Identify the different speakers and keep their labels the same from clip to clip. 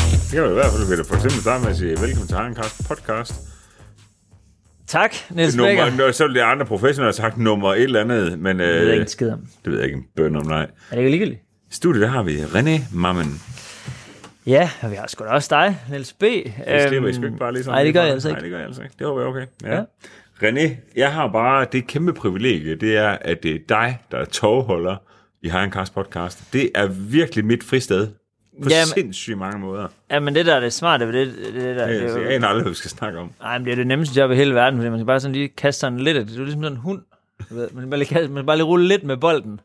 Speaker 1: Det kan du i hvert fald ved at for eksempel starte med at sige velkommen til Harrenkast podcast.
Speaker 2: Tak, Niels Becker.
Speaker 1: Nummer, nå, så vil de andre professionelle have sagt nummer et eller andet, men øh,
Speaker 2: Det ved jeg ikke en skid om.
Speaker 1: det ved jeg ikke en bøn om, nej.
Speaker 2: Er det ikke ligegyldigt?
Speaker 1: I studiet, der har vi René Mammen.
Speaker 2: Ja, og vi har sgu da også dig, Niels B.
Speaker 1: Det slipper I sgu ikke bare lige sådan.
Speaker 2: Øhm, Nej, det
Speaker 1: lige
Speaker 2: gør jeg
Speaker 1: fra.
Speaker 2: altså ikke.
Speaker 1: Nej, det gør jeg altså ikke. Det håber jeg er okay. Ja. ja. René, jeg har bare det kæmpe privilegie, det er, at det er dig, der er togholder i Harrenkast podcast. Det er virkelig mit fristed. På
Speaker 2: Jamen-
Speaker 1: sindssygt mange måder.
Speaker 2: Ja, men det der er det smarte ved det, det, det der,
Speaker 1: Jeg,
Speaker 2: det er jo,
Speaker 1: jeg aner aldrig, hvad vi skal snakke om.
Speaker 2: ej, men det er det nemmeste job i hele verden, fordi man skal bare sådan lige kaste sådan lidt af det. Det er jo ligesom sådan en hund. Du ved, Man, man, kan, man skal bare lige rulle lidt med bolden.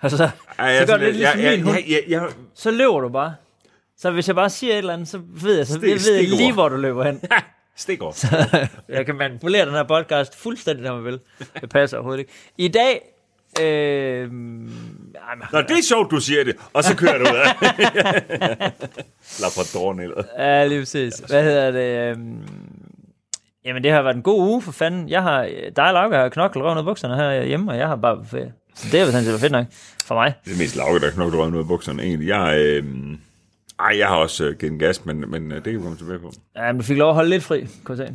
Speaker 2: Og så, så
Speaker 1: Ej, jeg er
Speaker 2: gør
Speaker 1: sådan
Speaker 2: det
Speaker 1: lidt-
Speaker 2: lidt ligesom
Speaker 1: jeg-
Speaker 2: min hund.
Speaker 1: jeg- jeg- jeg-
Speaker 2: Så løber du bare. Så hvis jeg bare siger et eller andet, så ved jeg, så
Speaker 1: Stik-
Speaker 2: jeg ved jeg lige,
Speaker 1: stikord.
Speaker 2: hvor du løber hen.
Speaker 1: jeg- Stik over.
Speaker 2: Jeg kan manipulere den her podcast fuldstændig, når man vil. Det passer overhovedet ikke. I dag... Øh, ej, men-
Speaker 1: Nå, det er sjovt, du siger det. Og så kører du ud af. Labradoren eller.
Speaker 2: Ja, lige præcis. Hvad hedder det? øhm, Jamen, det har været en god uge, for fanden. Jeg har, dig og Lauke har knoklet røven ud af bukserne her hjemme, og jeg har bare på ferie. Så det er jo sådan set fedt nok for mig.
Speaker 1: Det er mest Lauke, der knokler røven ud af bukserne, egentlig. Jeg, øh... Ej, jeg har også øh, givet en gas, men, men øh, det kan vi komme tilbage på.
Speaker 2: Ja, men du fik lov at holde lidt fri, kan jeg se,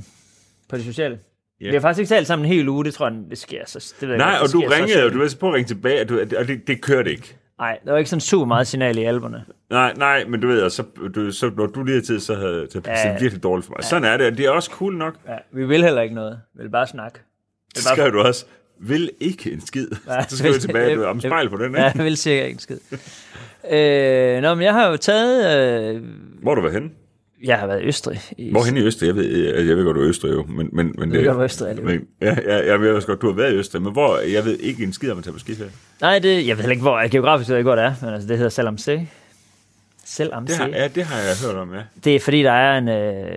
Speaker 2: på det sociale.
Speaker 1: Ja.
Speaker 2: Vi har faktisk ikke talt sammen en hel uge, det tror jeg, det sker. Så, det ved jeg
Speaker 1: Nej,
Speaker 2: ikke,
Speaker 1: og
Speaker 2: det
Speaker 1: du
Speaker 2: sker så
Speaker 1: ringede, og
Speaker 2: sjældent.
Speaker 1: du var så på at ringe tilbage, og, du, og det, det kørte ikke.
Speaker 2: Nej, der var ikke sådan super meget signal i alberne.
Speaker 1: Nej, nej, men du ved, og så, du, så når du lige havde tid, så havde det
Speaker 2: Ja.
Speaker 1: ja. virkelig dårligt for mig. Sådan er det, og det er også cool nok.
Speaker 2: Ja, vi vil heller ikke noget. Vi vil bare snakke.
Speaker 1: Det
Speaker 2: bare-
Speaker 1: skrev du også. Vil ikke en skid.
Speaker 2: Nej.
Speaker 1: Så skrev jeg tilbage, du er om spejl på den, ikke?
Speaker 2: Ja, jeg vil sikkert ikke en skid. øh, nå, men jeg har jo taget... Øh,
Speaker 1: Hvor har du var henne?
Speaker 2: jeg har været i Østrig. I,
Speaker 1: Hvorhen i Østrig? Jeg ved, jeg, jeg ved godt, du er i Østrig jo. Men, men, men det,
Speaker 2: ved godt, hvor Østrig er, Leo.
Speaker 1: men, ja, ja, jeg ved også godt, du har været i Østrig, men hvor, jeg ved ikke en skid om at tage på skiferie.
Speaker 2: Nej, det, jeg ved heller ikke, hvor geografisk ved jeg ikke, hvor det er, men altså, det hedder Salamse.
Speaker 1: Det
Speaker 2: Salamse.
Speaker 1: har,
Speaker 2: Det,
Speaker 1: ja, det har jeg hørt om, ja.
Speaker 2: det er fordi, der er en... Øh,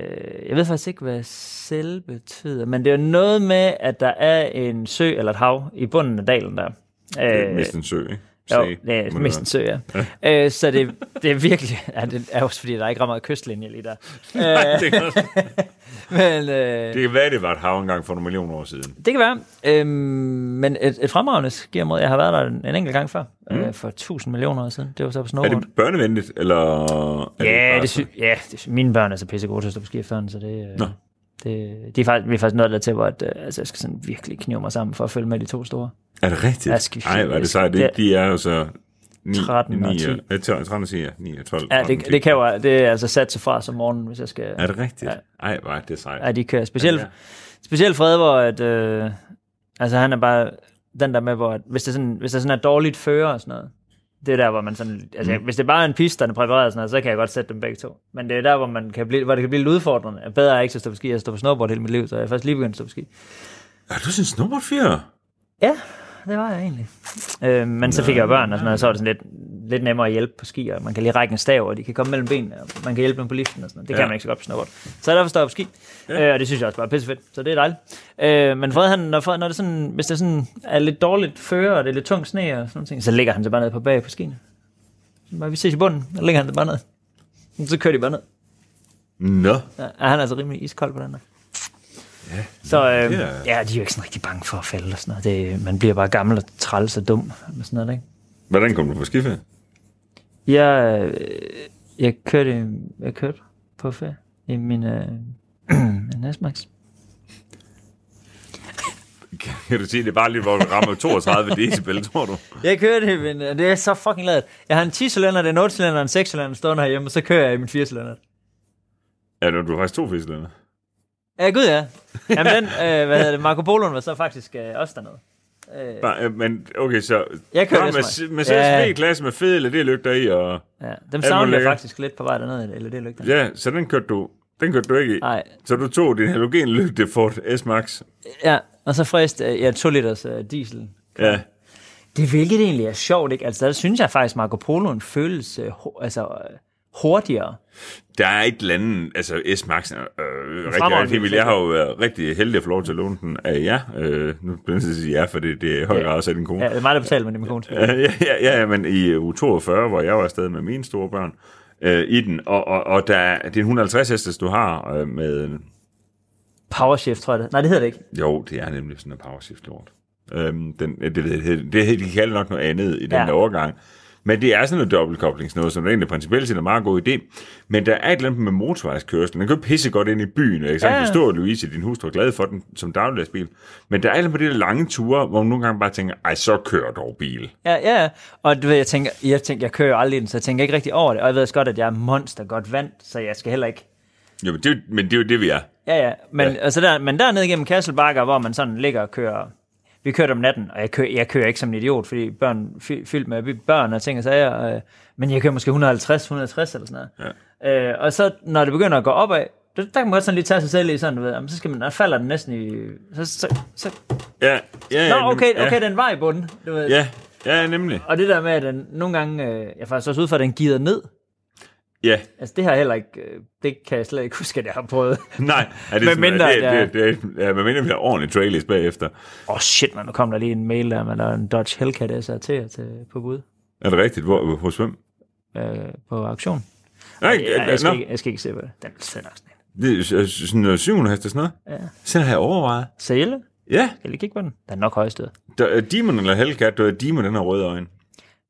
Speaker 2: jeg ved faktisk ikke, hvad selv betyder, men det er noget med, at der er en sø eller et hav i bunden af dalen der.
Speaker 1: Det er
Speaker 2: Øh,
Speaker 1: mest en sø, ikke?
Speaker 2: jo,
Speaker 1: Se,
Speaker 2: det er
Speaker 1: må
Speaker 2: mest en sø, ja. øh, så det, det er virkelig... Ja, det er også fordi, der er ikke ret meget kystlinje lige der.
Speaker 1: være. det, kan også-
Speaker 2: Men, øh,
Speaker 1: det kan være, det var et hav engang for nogle millioner år siden.
Speaker 2: Det kan være. Øhm, men et, et fremragende skiområde. Jeg har været der en, en enkelt gang før. Mm. Øh, for 1000 millioner år siden. Det var så på
Speaker 1: Er
Speaker 2: snowboard.
Speaker 1: det børnevenligt, eller... Er
Speaker 2: Ja,
Speaker 1: bare
Speaker 2: det
Speaker 1: sådan-
Speaker 2: sy- ja det sy- mine børn er så pissegode til at stå på ski efterhånden, så det, øh, det, de er faktisk, vi er faktisk nået dertil, hvor at, øh, altså, jeg skal sådan virkelig knive mig sammen for at følge med de to store.
Speaker 1: Er det rigtigt?
Speaker 2: Ja, altså. skal vi-
Speaker 1: Nej, var det sejt. Det, de er jo så... 9,
Speaker 2: 13 og
Speaker 1: 9,
Speaker 2: 10.
Speaker 1: 13 og 10, ja. 9 og 12.
Speaker 2: Ja,
Speaker 1: 13 og
Speaker 2: det,
Speaker 1: 10.
Speaker 2: det, kan jo, det er altså sat sig fra som morgenen, hvis jeg skal...
Speaker 1: Er det rigtigt?
Speaker 2: Ja.
Speaker 1: Ej, var det sejt.
Speaker 2: Ja, de kører. Specielt,
Speaker 1: Ja.
Speaker 2: specielt Fred, hvor at, øh, altså, han er bare den der med, hvor at, hvis, det sådan, hvis der sådan er dårligt fører og sådan noget, det er der, hvor man sådan... Altså, mm. hvis det bare er en piste, der er præpareret og sådan noget, så kan jeg godt sætte dem begge to. Men det er der, hvor, man kan blive, hvor det kan blive lidt udfordrende. Jeg bedre er ikke til at stå på ski. Jeg står på snowboard hele mit liv, så jeg er først lige begyndt at stå på ski.
Speaker 1: Er du sådan en snowboardfyr?
Speaker 2: Ja, det var jeg egentlig. Øh, men så fik jeg jo børn og sådan noget, og så var det sådan lidt, lidt nemmere at hjælpe på ski, og man kan lige række en stav, og de kan komme mellem benene, og man kan hjælpe dem på liften og sådan noget. Det ja.
Speaker 1: Ja.
Speaker 2: kan man ikke så godt på snowboard. Så derfor står jeg på ski, ja. øh, og det synes jeg også bare er pissefedt, så det er dejligt. Øh, men Fred, han, når, Fred, når det sådan, hvis det sådan er lidt dårligt føre, og det er lidt tung sne og sådan nogle ting, så ligger han sig bare ned på bag på skiene. Så bare, vi ses i bunden, og ligger han sig bare ned. Så kører de bare ned.
Speaker 1: Nå.
Speaker 2: Ja, han er altså rimelig iskold på den der. Ja, så øh,
Speaker 1: det
Speaker 2: ja.
Speaker 1: er-
Speaker 2: ja, de er jo ikke sådan rigtig bange for at falde og sådan noget. Det, man bliver bare gammel og træls og dum med sådan noget, ikke?
Speaker 1: Hvordan kom du på skiferie?
Speaker 2: Jeg, øh, jeg kørte, jeg kørte på ferie i min øh, Nasmax.
Speaker 1: Kan du sige, det er bare lige, hvor du rammer 32 decibel, tror du?
Speaker 2: Jeg kørte i min, det er så fucking ladet. Jeg har en 10-cylinder, en 8-cylinder, en 6-cylinder stående herhjemme, og så kører jeg i min 4-cylinder.
Speaker 1: Ja, nu er du faktisk to fisklænder.
Speaker 2: Ja, gud ja. Jamen den, øh, hvad hedder det, Marco Poloen var så faktisk øh, også dernede.
Speaker 1: Øh. Men okay, så...
Speaker 2: Jeg kører
Speaker 1: Nå,
Speaker 2: Esmax.
Speaker 1: med, med
Speaker 2: Ja.
Speaker 1: ja. klasse med fede eller det lygter i, og...
Speaker 2: Ja, dem
Speaker 1: hvor
Speaker 2: savnede jeg
Speaker 1: lækkert.
Speaker 2: faktisk lidt på vej dernede, eller det lygter.
Speaker 1: Ja, så den kørte du, den kørte du ikke i.
Speaker 2: Nej,
Speaker 1: Så du tog din halogenlygte Ford S-Max.
Speaker 2: Ja, og så fræst øh, ja, 2 liters øh, diesel.
Speaker 1: Ja.
Speaker 2: Det hvilket egentlig er sjovt, ikke? Altså, der synes jeg faktisk, Marco Poloen føles øh, ho- altså, øh, hurtigere.
Speaker 1: Der er et eller andet, altså S-Max er øh, rigtig,
Speaker 2: fremragende
Speaker 1: rigtig vild. Jeg har jo været rigtig heldig at få lov til at låne den af jer. Øh, nu bliver jeg nødt til at sige ja, for det, det er i høj
Speaker 2: Ja.
Speaker 1: grad også af din kone.
Speaker 2: Ja, det er mig, der betaler med det med kone.
Speaker 1: Øh, ja, ja, ja, ja, men i øh, u 42, hvor jeg var afsted med mine store børn, øh, i den, og, og, og der, er- det er en 150 hestes, du har øh, med...
Speaker 2: Powershift, tror jeg det. Nej, det hedder det ikke.
Speaker 1: Jo, det er nemlig øh, sådan en powershift lort. Øhm, den, ja, det, ved jeg, det, hed- det, hed- de kalder nok noget andet i den
Speaker 2: Ja.
Speaker 1: ja. der overgang. Men det er sådan noget dobbeltkobling, sådan noget, som egentlig principielt set er en meget god idé. Men der er et eller andet med motorvejskørsel. Den kan jo pisse godt ind i byen, og jeg kan
Speaker 2: Ja,
Speaker 1: ja.
Speaker 2: ja.
Speaker 1: forstå, at Louise, din hustru, er glad for den som dagligdagsbil. Men der er et eller andet med de der lange ture, hvor man nogle gange bare tænker, ej, så kører dog bil.
Speaker 2: Ja, ja, ja. Og du ved, jeg tænker, jeg tænker, jeg kører jo aldrig i den, så jeg tænker ikke rigtig over det. Og jeg ved også godt, at jeg er monster godt vant, så jeg skal heller ikke...
Speaker 1: Jo, men det, er jo- men det er jo det, vi er.
Speaker 2: Ja, ja. Men, ja. Og så der, men dernede gennem Kasselbakker, hvor man sådan ligger og kører... Vi kørte om natten, og jeg kører, jeg kører ikke som en idiot, fordi børn fy- fyldt med børn og ting og sager. Og, men jeg kører måske 150-160 eller sådan noget. Ja. Øh, og så når det begynder at gå opad, der, der kan man godt sådan lige tage sig selv i sådan, du ved, jamen, så skal man, der falder den næsten i... Så, så, så,
Speaker 1: Ja, ja,
Speaker 2: nå,
Speaker 1: ja, nem-
Speaker 2: okay,
Speaker 1: Øhm, ja,
Speaker 2: okay, den var i bunden, du ved.
Speaker 1: Ja, ja, nemlig.
Speaker 2: Og det der med, at den nogle gange, øh, jeg er faktisk også ud for, at den gider ned.
Speaker 1: Ja,
Speaker 2: Altså det har jeg heller ikke, øh, det kan jeg slet ikke huske, at jeg har prøvet.
Speaker 1: nej. Er det
Speaker 2: Med
Speaker 1: sådan,
Speaker 2: mindre,
Speaker 1: det,
Speaker 2: at
Speaker 1: det,
Speaker 2: jeg-
Speaker 1: det, det, ja, med mindre vi har ordentligt trailers bagefter.
Speaker 2: Åh oh shit, man, nu kom der lige en mail der, man der er en Dodge Hellcat SRT til, på bud
Speaker 1: Er det rigtigt? Hvor, hos hvem?
Speaker 2: øh, på auktion.
Speaker 1: Nej, øh,
Speaker 2: Jeg, jeg, jeg,
Speaker 1: nå.
Speaker 2: skal ikke, jeg skal ikke se på det. Den sender sådan en.
Speaker 1: Det er s- sådan noget 700 hest og sådan noget. Ja. Sådan har jeg overvejet.
Speaker 2: Sale?
Speaker 1: Ja,
Speaker 2: Skal jeg lige kigge på den? Den er nok højstød.
Speaker 1: der er Demon eller Hellcat, der er Demon, den har røde øjne.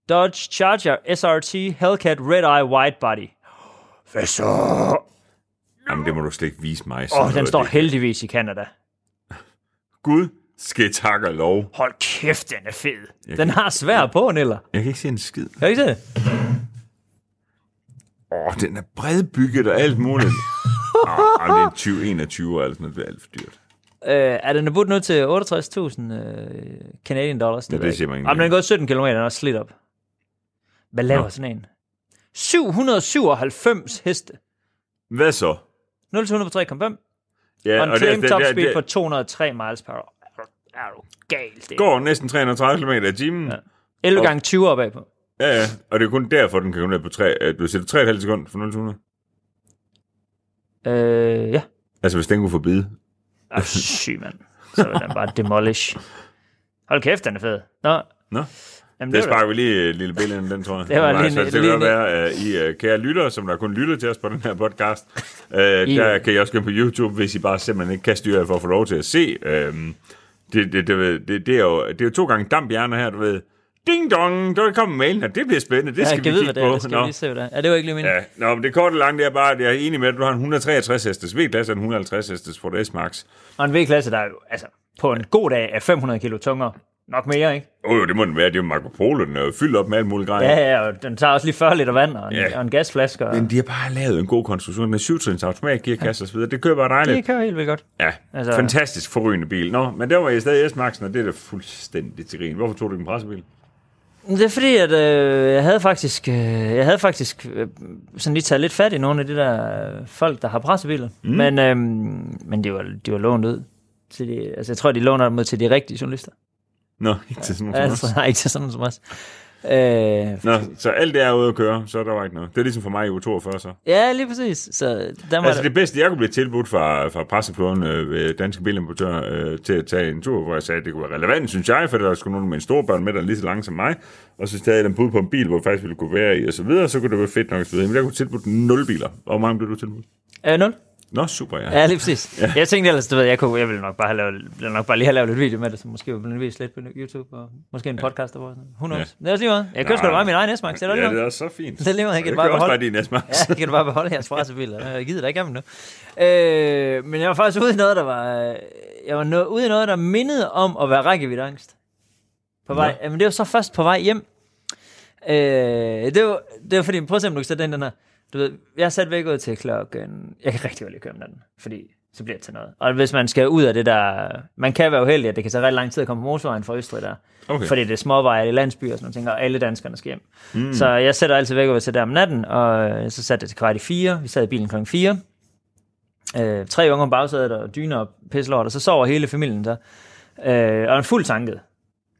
Speaker 2: Dodge Charger SRT Hellcat Red Eye Wide Body. Hvad så? Åh,
Speaker 1: Jamen, det må du slet ikke vise mig.
Speaker 2: oh, den står heldigvis i Canada.
Speaker 1: Gud, skal tak og lov.
Speaker 2: Hold kæft, den er fed. Den har svær på, Niller.
Speaker 1: Jeg kan ikke se en skid.
Speaker 2: Kan du ikke se det?
Speaker 1: Åh, oh, den er bredbygget og alt muligt. Åh, oh, det er 2021 og alt sådan noget. Det er alt for dyrt.
Speaker 2: Øh, er den er budt nu til 68.000 øh, Canadian dollars?
Speaker 1: Ja,
Speaker 2: ved
Speaker 1: det
Speaker 2: jeg
Speaker 1: siger man
Speaker 2: ikke.
Speaker 1: ikke.
Speaker 2: Jamen, den er gået 17 km, den er også slidt op. Hvad laver Nå. sådan en? 797 heste.
Speaker 1: Hvad så?
Speaker 2: 0 til 100 på 3,5.
Speaker 1: Ja,
Speaker 2: Og en trim
Speaker 1: det-
Speaker 2: top
Speaker 1: det-
Speaker 2: speed
Speaker 1: det-
Speaker 2: på 203 miles per hour. Er du- Er du galt, det?
Speaker 1: går næsten 330 km i timen. Ja.
Speaker 2: 11 gange 20 opad på.
Speaker 1: ja, ja. Og det er kun derfor, den kan komme ned på 3... øh, Du sætter 3,5 sekunder for 0 til 100.
Speaker 2: Øh, ja.
Speaker 1: Altså, hvis den kunne forbide.
Speaker 2: Ah, syg, mand. Så er den bare demolish. Hold kæft, den er fed. Nå,
Speaker 1: Nå,
Speaker 2: jamen,
Speaker 1: Der
Speaker 2: det, var da-
Speaker 1: sparker vi lige et lille billede ind, den tror jeg.
Speaker 2: Det var lige en-
Speaker 1: så det kan
Speaker 2: lige
Speaker 1: godt
Speaker 2: en-
Speaker 1: være, at I øh, kære lyttere, som der kun lytter til os på den her podcast, øh, der kan I også gå ind på YouTube, hvis I bare simpelthen ikke kan styre jer for at få lov til at se. Øh, det, det, det, det, det, er jo, det er jo to gange dampjerner her, du ved. Ding dong, der kommer mailen, og det bliver spændende. Det
Speaker 2: ja,
Speaker 1: skal
Speaker 2: jeg kan
Speaker 1: vi
Speaker 2: vide,
Speaker 1: kigge
Speaker 2: hvad det er.
Speaker 1: på.
Speaker 2: Det skal vi lige se, hvad det er. Ja, det var ikke lige min.
Speaker 1: Ja, nå, men det korte og lange, det er bare, at jeg er enig med, at du har en 163 hestes V-klasse og en 150 hestes Ford S-Max.
Speaker 2: Og en V-klasse, der er jo, altså, på en god dag er 500 kilo tungere. Nok mere, ikke?
Speaker 1: Åh, oh, det må den være. Det er jo Marco Polo, den er jo fyldt op med alt muligt grej.
Speaker 2: Ja, ja, og den tager også lige 40 liter vand og en,
Speaker 1: Ja.
Speaker 2: ja. og en gasflaske. Og...
Speaker 1: Men de har bare lavet en god konstruktion med syvtrins automatgearkasse osv. Det kører bare dejligt.
Speaker 2: Det kører helt vildt godt.
Speaker 1: Ja, altså,
Speaker 2: Altså-
Speaker 1: fantastisk forrygende bil. Nå, men der var jeg stadig S-Maxen, og det er da fuldstændig til grin. Hvorfor tog du ikke en pressebil?
Speaker 2: Det er fordi, at øh, jeg havde faktisk, øh, jeg havde faktisk øh, sådan lige taget lidt fat i nogle af de der øh, folk, der har pressebiler. Mm. Men, øh, men de, var, de var lånt ud. Til de, altså, jeg tror, de låner dem ud til de rigtige journalister.
Speaker 1: Nå, ikke til sådan noget.
Speaker 2: Altså, nej, ikke til sådan nogen som os. Øh,
Speaker 1: Nå, så alt det er ude at køre, så er der var ikke noget. Det er ligesom for mig i u 42 så.
Speaker 2: ja, lige præcis. Så der var
Speaker 1: Altså
Speaker 2: altså, det...
Speaker 1: det bedste, jeg kunne blive tilbudt fra, fra presseflåden øh, ved Danske Bilimportør øh, til at tage en tur, hvor jeg sagde, at det kunne være relevant, synes jeg, for der skulle nogen med en stor børn med, der er lige så lang som mig, og så stadig den bud på en bil, hvor jeg faktisk ville kunne være i, og så videre, så kunne det være fedt nok, og så videre. Men jeg kunne tilbudt 0 biler. Hvor mange blev du tilbudt?
Speaker 2: Øh, nul.
Speaker 1: Nå, super, ja.
Speaker 2: Ja, lige præcis. ja. Jeg tænkte ellers, du ved, jeg, kunne, jeg ville nok bare, have lavet, ville nok bare lige have lavet lidt video med det, så måske ville den vise lidt på YouTube, og måske en podcast, der var sådan. Who knows? Ja. Det er også lige meget. Jeg kører sgu da
Speaker 1: Nej.
Speaker 2: bare min egen S-Max, det er da
Speaker 1: Ja,
Speaker 2: lige
Speaker 1: det
Speaker 2: meget.
Speaker 1: er også så fint.
Speaker 2: Det er lige meget, jeg kan
Speaker 1: Det
Speaker 2: bare
Speaker 1: kan også
Speaker 2: beholde-
Speaker 1: være din S-Max.
Speaker 2: Ja, jeg kan da bare beholde jeres frasebiler. Jeg gider da ikke have dem nu. Øh, men jeg var faktisk ude i noget, der var... øh, Jeg var no, ude i noget, der mindede om at være rækkeviddeangst. På vej. Ja. Jamen, det var så først på vej hjem. Øh, det, var, det var fordi, prøv at se, om du kan sætte den, den her. Du ved, jeg satte væk ud til klokken... Jeg kan rigtig godt lide at køre om natten, fordi så bliver det til noget. Og hvis man skal ud af det der... Man kan være uheldig, at det kan tage ret lang tid at komme på motorvejen fra Østrig der.
Speaker 1: Okay.
Speaker 2: Fordi det er småveje, det er landsbyer og sådan noget, ting, og alle danskerne skal hjem. Mm. Så jeg sætter altid væk over til der om natten, og øh, så satte det til kvart i fire. Vi sad i bilen klokken fire. Øh, tre unger på bagsædet og dyner og pisselort, og så sover hele familien der. Øh, og en fuld tanket.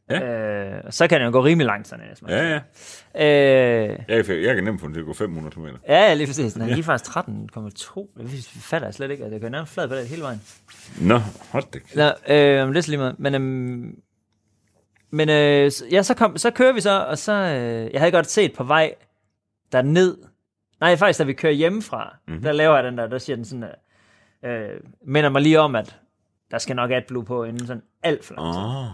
Speaker 1: Ja.
Speaker 2: Øh, og så kan den jo gå rimelig langt sådan en smager.
Speaker 1: Ja, ja.
Speaker 2: Øh,
Speaker 1: Jeg kan, jeg kan nemt få den til at gå 500 km.
Speaker 2: ja, ja, lige præcis. Den er lige faktisk 13,2. Det fatter jeg slet ikke. Altså, jeg kører nærmest flad på det hele vejen.
Speaker 1: Nå, hold da kæft.
Speaker 2: Nå, øh, men det er så lige meget. Men, øhm, men øh, så- ja, så, kom, så kører vi så, og så... Øh, jeg havde godt set på vej derned. Nej, faktisk, da vi kører hjemmefra, mm-hmm. der laver jeg den der, der siger den sådan... Øh, øh, minder mig lige om, at der skal nok AdBlue på inden sådan alt for lang tid.
Speaker 1: Åh.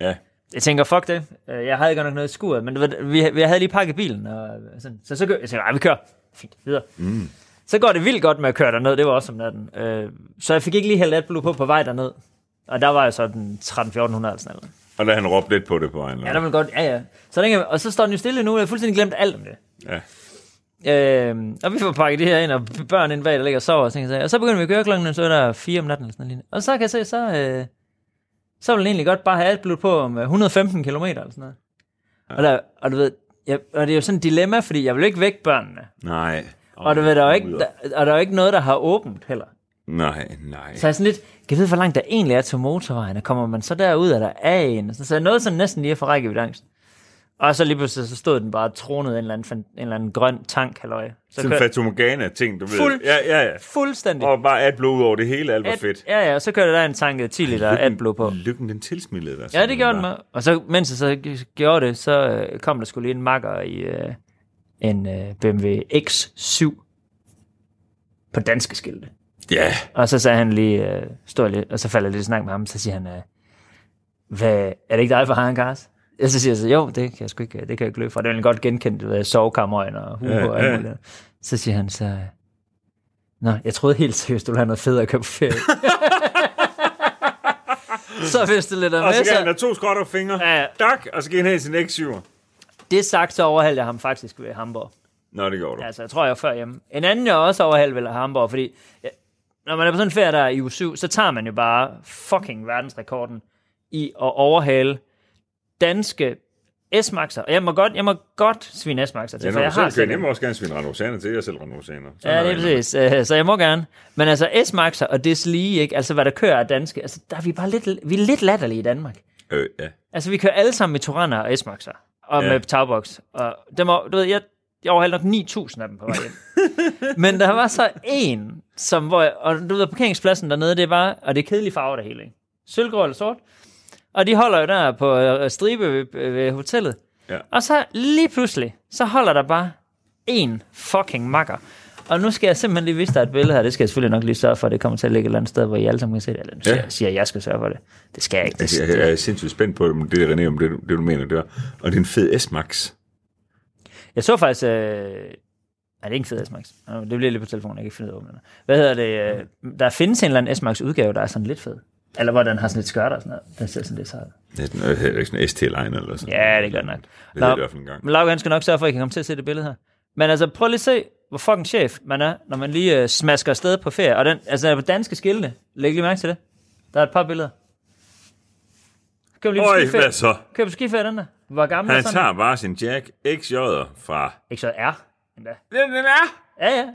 Speaker 1: Ja,
Speaker 2: jeg tænker, fuck det. Øh, Jeg havde godt nok noget i skuret, men du ved, vi, vi havde lige pakket bilen. Og sådan. Så, så, kø- jeg tænkte, "Ej, vi kører. Fint, videre. Mm. Så går det vildt godt med at køre derned. Det var også om natten. Øh, så jeg fik ikke lige hældt AdBlue på på vej derned. Og der var jeg så den 13-1400 eller sådan noget.
Speaker 1: Og da han råbte lidt på det på vejen.
Speaker 2: Ja, der var godt. Ja, ja. Så tænker jeg, og så står den jo stille nu, og jeg har fuldstændig glemt alt om det.
Speaker 1: ja.
Speaker 2: Øh, og vi får pakket det her ind, og børn ind bag, der ligger og sover, og, ting, og, sager. og så begynder vi at køre klokken, så er der fire om natten, eller sådan noget. lignende. Og så kan jeg se, så, øh, så vil den egentlig godt bare have alt blod på om øh, 115 km eller sådan noget. Ja. Og, der, og du ved, jeg, og det er jo sådan et dilemma, fordi jeg vil ikke vække børnene.
Speaker 1: Nej.
Speaker 2: Og, du ved, der er jo ikke, der, og der er jo ikke noget, der har åbent heller.
Speaker 1: Nej, nej.
Speaker 2: Så jeg er sådan lidt, kan jeg vide, hvor langt der egentlig er til motorvejen, og kommer man så derud, er der af en, så, så jeg nåede sådan næsten lige at få rækkeviddeangst. Og så lige pludselig, så stod den bare tronet en eller anden, fan- en eller anden grøn tank, halløj. Så
Speaker 1: Sådan en fatomorgana-ting, du ved.
Speaker 2: Fuld-
Speaker 1: Ja, ja, ja.
Speaker 2: fuldstændig.
Speaker 1: Og bare at blod ud over det hele, alt var
Speaker 2: Ad-
Speaker 1: fedt.
Speaker 2: Ja, ja, så kørte der en tanke 10 liter AdBlue på.
Speaker 1: Lykken, den tilsmilede dig.
Speaker 2: Ja, det
Speaker 1: simpelthen
Speaker 2: gjorde den
Speaker 1: bare.
Speaker 2: med. Og så, mens jeg så g- gjorde det, så øh, kom der skulle lige en makker i øh, en øh, BMW X7 på danske skilte.
Speaker 1: Ja,
Speaker 2: Og så sagde han lige, øh, stod jeg lidt, og så faldt jeg lidt i snak med ham, så siger han, øh, hvad, er det ikke dig for Hagen Kars? Og så siger jeg så, jo, det kan jeg sgu ikke, øh, det kan jeg ikke løbe fra. Det er jo godt genkendt ved sovekammerøjen og hue
Speaker 1: Ja,
Speaker 2: og alt
Speaker 1: ja.
Speaker 2: muligt. Så siger han så, øh, nå, jeg troede helt seriøst, du ville have noget fedt at købe på ferie. så vidste det lidt af
Speaker 1: og så
Speaker 2: med
Speaker 1: gav han
Speaker 2: sig.
Speaker 1: dig to skråt og fingre.
Speaker 2: Ja, ja.
Speaker 1: Tak, og så gik han hen til sin X7'er.
Speaker 2: Det sagt, så overhalte jeg ham faktisk ved Hamburg.
Speaker 1: Nå, det gjorde du.
Speaker 2: Altså, jeg tror, jeg var før hjemme. En anden, jeg også overhalte, vel, er Hamburg, fordi ja, når man er på sådan en ferie, der er i uge 7, så tager man jo bare fucking verdensrekorden i at overhale danske S-maxer. Og jeg må godt, jeg må godt svine S-maxer til,
Speaker 1: Ja,
Speaker 2: for
Speaker 1: når
Speaker 2: jeg
Speaker 1: du selv
Speaker 2: har
Speaker 1: kører
Speaker 2: selv
Speaker 1: hjem, også gerne svine Rand Rosaner til, jeg selv Rand Rosaner. Sådan
Speaker 2: Ja,
Speaker 1: er
Speaker 2: det er
Speaker 1: reglerne.
Speaker 2: præcis. Øh, Så jeg må gerne. Men altså S-maxer og deslige, ikke? altså hvad der kører af danske, altså der er vi bare lidt, vi er lidt latterlige i Danmark.
Speaker 1: Øh, ja.
Speaker 2: Altså, vi kører alle sammen med Toraner og S-Max'er. Og
Speaker 1: Ja.
Speaker 2: ja. med Tagbox. Og dem, var- du ved, jeg, jeg overhalede nok 9.000 af dem på vej hjem. Men der var så en, som hvor jeg, og du ved, parkeringspladsen dernede, det var, og det er kedelige farver der hele, ikke? Sølvgrå eller sort. Og de holder jo der på øh, stribe ved, øh, ved hotellet.
Speaker 1: Ja.
Speaker 2: Og så lige pludselig, så holder der bare en fucking makker. Og nu skal jeg simpelthen lige vise dig et billede her. Det skal jeg selvfølgelig nok lige sørge for, at det kommer til at ligge et eller andet sted, hvor I alle sammen kan se det. Eller nu siger,
Speaker 1: Ja.
Speaker 2: ja. siger jeg, at jeg skal sørge for det. Det skal jeg ikke. Det,
Speaker 1: Jeg, jeg, jeg er sindssygt spændt på om det, René, om det, du- det du mener, det var. Og det er en fed S-Max.
Speaker 2: Jeg så faktisk... Øh... Nej, det er ikke en fed S-Max. Nå, Det bliver lidt på telefonen, jeg kan ikke finde ud af, hvor den er. Hvad hedder det? øh, Der findes en eller anden S-Max udgave, der er sådan lidt fed. Eller hvor den har sådan lidt skørter og sådan noget. Den ser sådan lidt sejt. ud.
Speaker 1: Det er sådan, øh, det er sådan en ST-line eller sådan
Speaker 2: Ja, det er godt nok.
Speaker 1: Det er
Speaker 2: Nå.
Speaker 1: det i hvert fald en gang.
Speaker 2: Men Lauke, han skal nok sørge for, at I kan komme til at se det billede her. Men altså, prøv lige at se, hvor fucking chef man er, når man lige øh, smasker afsted på ferie. Og den, altså, den er på danske skilte. Læg lige mærke til det. Der er et par billeder. Køb lige på
Speaker 1: Øj,
Speaker 2: skiferie.
Speaker 1: hvad så?
Speaker 2: Køb på skiferie, den der. Hvor gammel er
Speaker 1: Han
Speaker 2: sådan?
Speaker 1: tager bare sin Jack XJ'er fra...
Speaker 2: Ikke så R. Endda.
Speaker 1: Den, den er!
Speaker 2: Ja, ja.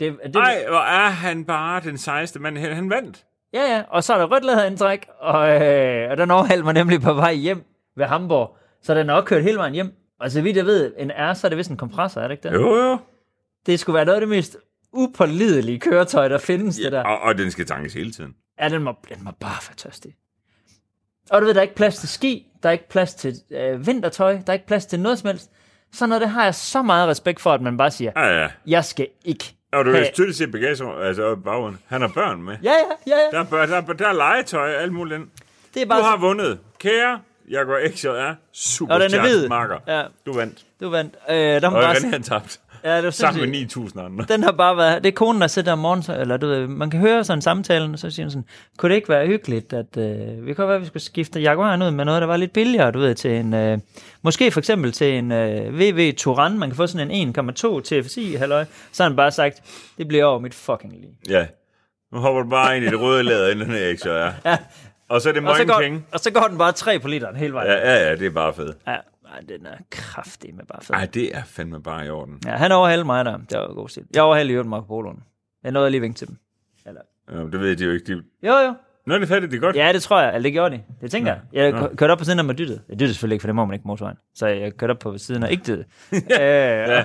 Speaker 2: Det, det,
Speaker 1: Ej, hvor er han bare den sejeste mand. Han, han vandt.
Speaker 2: Ja, ja, og så er der rødt læderindtræk, og, øh, og den overhalte mig nemlig på vej hjem ved Hamburg, så den er også kørt hele vejen hjem. Og så vidt jeg ved, en R, så er det vist en kompressor, er det ikke det?
Speaker 1: Jo, jo.
Speaker 2: Det skulle være noget af det mest upålidelige køretøj, der findes, ja. det der.
Speaker 1: Og, og den skal tankes hele tiden.
Speaker 2: Ja, den må, den må bare være tørstig. Og du ved, der er ikke plads til ski, der er ikke plads til øh, vintertøj, der er ikke plads til noget som helst. Sådan noget, det har jeg så meget respekt for, at man bare siger,
Speaker 1: Ja, ja.
Speaker 2: jeg skal ikke.
Speaker 1: Og du kan
Speaker 2: have-"
Speaker 1: tydeligt se bagage, altså oppe i baggrunden. Han har børn med.
Speaker 2: Ja, ja, ja, ja.
Speaker 1: Der er, børn, der, er, der er legetøj og alt muligt andet.
Speaker 2: Det er
Speaker 1: Du
Speaker 2: bare
Speaker 1: har vundet. Kære, jeg går XJR. Super
Speaker 2: Og den er hvid.
Speaker 1: Marker.
Speaker 2: Ja,
Speaker 1: Du vandt.
Speaker 2: du vandt. Øh, der må
Speaker 1: Og
Speaker 2: bare...
Speaker 1: René han tabt.
Speaker 2: Ja, det var
Speaker 1: Sammen
Speaker 2: sindssygt.
Speaker 1: med 9.000 andre.
Speaker 2: den har bare været, det er konen, der sidder om morgenen, så- eller du ved, man kan høre sådan samtalen, og så siger hun sådan, kunne det ikke være hyggeligt, at øh, vi kunne være, at vi skulle skifte Jaguar'en ud med noget, der var lidt billigere, du ved, til en, øh, måske for eksempel til en øh, VW Touran, man kan få sådan en 1,2 TFSI, halløj, så har han bare sagt, det bliver over mit fucking liv.
Speaker 1: Ja. Nu hopper du bare ind i det røde læder, inden den her XJR. Ja. Og så er det
Speaker 2: Og så,
Speaker 1: mange
Speaker 2: går,
Speaker 1: penge.
Speaker 2: og så går den bare 3 på literen hele vejen.
Speaker 1: Ja,
Speaker 2: Ja.
Speaker 1: ja, ja, det er bare fedt.
Speaker 2: ja ej, den er kraftig med bare fed.
Speaker 1: Ej, det er fandme bare i orden.
Speaker 2: Ja, han overhalede mig der, det var god stil. Jeg overhalede i øvrigt Marco Polo'en. Jeg nåede lige at vinke til dem. Eller...
Speaker 1: Ja, men det ved de jo ikke. De...
Speaker 2: Jo, jo,
Speaker 1: Nå, det fatter de godt.
Speaker 2: Ja, det tror jeg. Eller det gjorde de. Det tænker jeg. Jeg
Speaker 1: Nå.
Speaker 2: kø- kørte op på siden af mig dyttet. Jeg dyttede selvfølgelig ikke, for det må man ikke på motorvejen. Så jeg kørte op på siden af ikke dyttet. øh, og-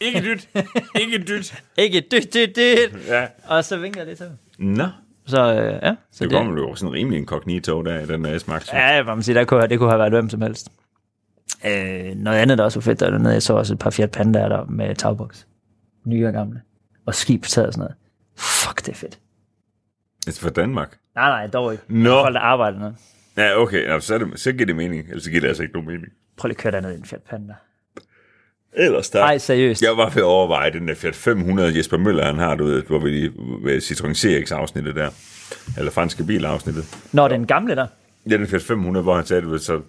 Speaker 1: Ikke dyt. ikke dyt.
Speaker 2: ikke dyt, dyt, dyt.
Speaker 1: Ja.
Speaker 2: Og så vinkede jeg lidt til dem.
Speaker 1: Nå.
Speaker 2: Så øh, ja. Så
Speaker 1: Det kommer jo sådan rimelig inkognito der i den der S-Max. Ja.
Speaker 2: Ja, man sige, der kunne, det kunne have været hvem som helst. Øh, noget andet, der også var fedt, der var dernede, jeg så også et par Fiat Pandaer der med tagboks. Nye og gamle. Og skib på taget og sådan noget. Fuck, det er fedt.
Speaker 1: Det er fra Danmark.
Speaker 2: Nej, nej, dog ikke.
Speaker 1: Nå.
Speaker 2: Folk, der arbejder noget.
Speaker 1: Ja, okay, Nå, så, er det, så giver det mening, ellers giver det altså ikke nogen mening.
Speaker 2: Prøv lige at køre derned i en Fiat Panda.
Speaker 1: Ellers tak.
Speaker 2: Nej, seriøst.
Speaker 1: Jeg var ved at overveje den der Fiat 500 Jesper Møller, han har, du ved, hvor vi lige ved Citroën CX-afsnittet der, eller franske bil-afsnittet.
Speaker 2: Når den gamle der.
Speaker 1: Ja, den Fiat 500, hvor han sagde, du ved, så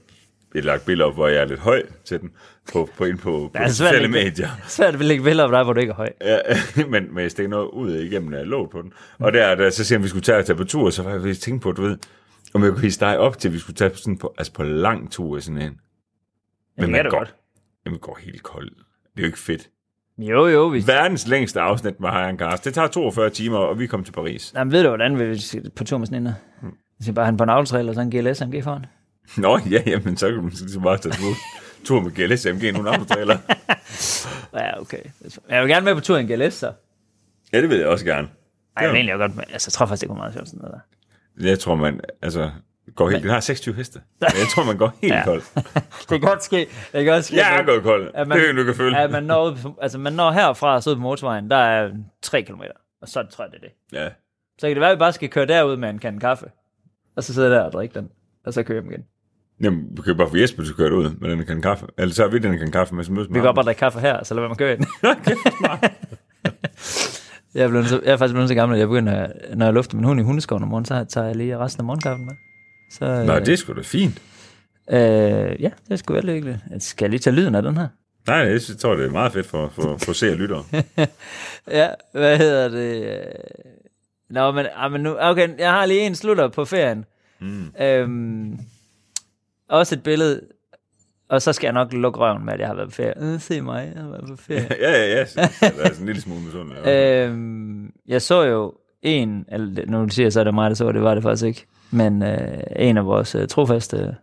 Speaker 1: jeg lagt billeder op, hvor jeg er lidt høj til den, på, på ind på, på
Speaker 2: Ja,
Speaker 1: ja,
Speaker 2: svært
Speaker 1: sociale
Speaker 2: at lægge-
Speaker 1: medier.
Speaker 2: Svært at lægge billeder op dig, hvor du ikke er høj.
Speaker 1: Ja, men, men jeg stak noget ud igennem af låg på den. Og der, der så siger han, vi skulle tage tage på tur, så var jeg ved at tænke på, du ved, om jeg kunne hisse dig op til, at vi skulle tage på, sådan på, altså på lang tur i sådan en.
Speaker 2: det
Speaker 1: Men
Speaker 2: kan
Speaker 1: man
Speaker 2: du
Speaker 1: går,
Speaker 2: godt.
Speaker 1: jamen, går helt kold. Det er jo ikke fedt.
Speaker 2: Jo, jo. Vi...
Speaker 1: Verdens længste afsnit med Hayan Cars. Det tager 42 timer, og vi kom til Paris.
Speaker 2: Jamen, ved du, hvordan vi skal på tur med sådan en der?
Speaker 1: Hmm.
Speaker 2: Jeg skal bare have en på en avlsregel og så en GLS AMG foran.
Speaker 1: Nå, ja, jamen, så kan man så ligesom bare tage tur, tur med GLS MG, nogle aftaler.
Speaker 2: Ja, okay. Jeg vil gerne med på tur i en GLS, så.
Speaker 1: Ja, det vil jeg også gerne.
Speaker 2: Ej, jeg
Speaker 1: Ja.
Speaker 2: vil egentlig godt med. Altså, jeg tror faktisk, det kunne være meget sjovt sådan noget der.
Speaker 1: Jeg tror, man altså, går helt... Den har 26 heste. Men jeg tror, man går helt
Speaker 2: Ja.
Speaker 1: ja. kold.
Speaker 2: Det kan godt ske. Det kan godt ske.
Speaker 1: Jeg er gået kold.
Speaker 2: at
Speaker 1: det er det, du kan føle.
Speaker 2: At man, når, ud på- altså, man når herfra og så ud på motorvejen, der er 3 km. Og så tror jeg, det er det.
Speaker 1: Ja.
Speaker 2: Så kan det være, at vi bare skal køre derud med en kande kaffe. Og så sidde der og drikke den. Og så køre hjem igen.
Speaker 1: Jamen, vi kan jo bare få Jesper til at køre det ud med den kan kaffe. Eller så har vi den kan kaffe med, så mødes
Speaker 2: Vi kan godt bare drikke kaffe her, så lad være med at køre ind. jeg, er blevet så, jeg er faktisk blevet så gammel, at jeg begynder, at- når jeg lufter min hund i hundeskoven om morgenen, så tager jeg lige resten af morgenkaffen med. Så, øh,
Speaker 1: Nej, det er sgu da fint.
Speaker 2: øh, ja, det er sgu veldig hyggeligt. Jeg skal lige tage lyden af den her.
Speaker 1: Nej, jeg synes- tror, det er meget fedt for, for, for se og lyttere.
Speaker 2: Ja, hvad hedder det? Øh, Nå, men, ah, men nu, okay, jeg har lige en slutter på ferien. Mm. Øhm, også et billede, og så skal jeg nok lukke røven med, at jeg har været på ferie. Øh, se mig, jeg har været på ferie.
Speaker 1: ja, ja, ja. Så, så der er sådan en lille smule med sådan.
Speaker 2: øhm, jeg så jo en, eller det- nu siger jeg så, at det er mig, der så, det var det faktisk ikke, men øh, en af vores øh, trofaste,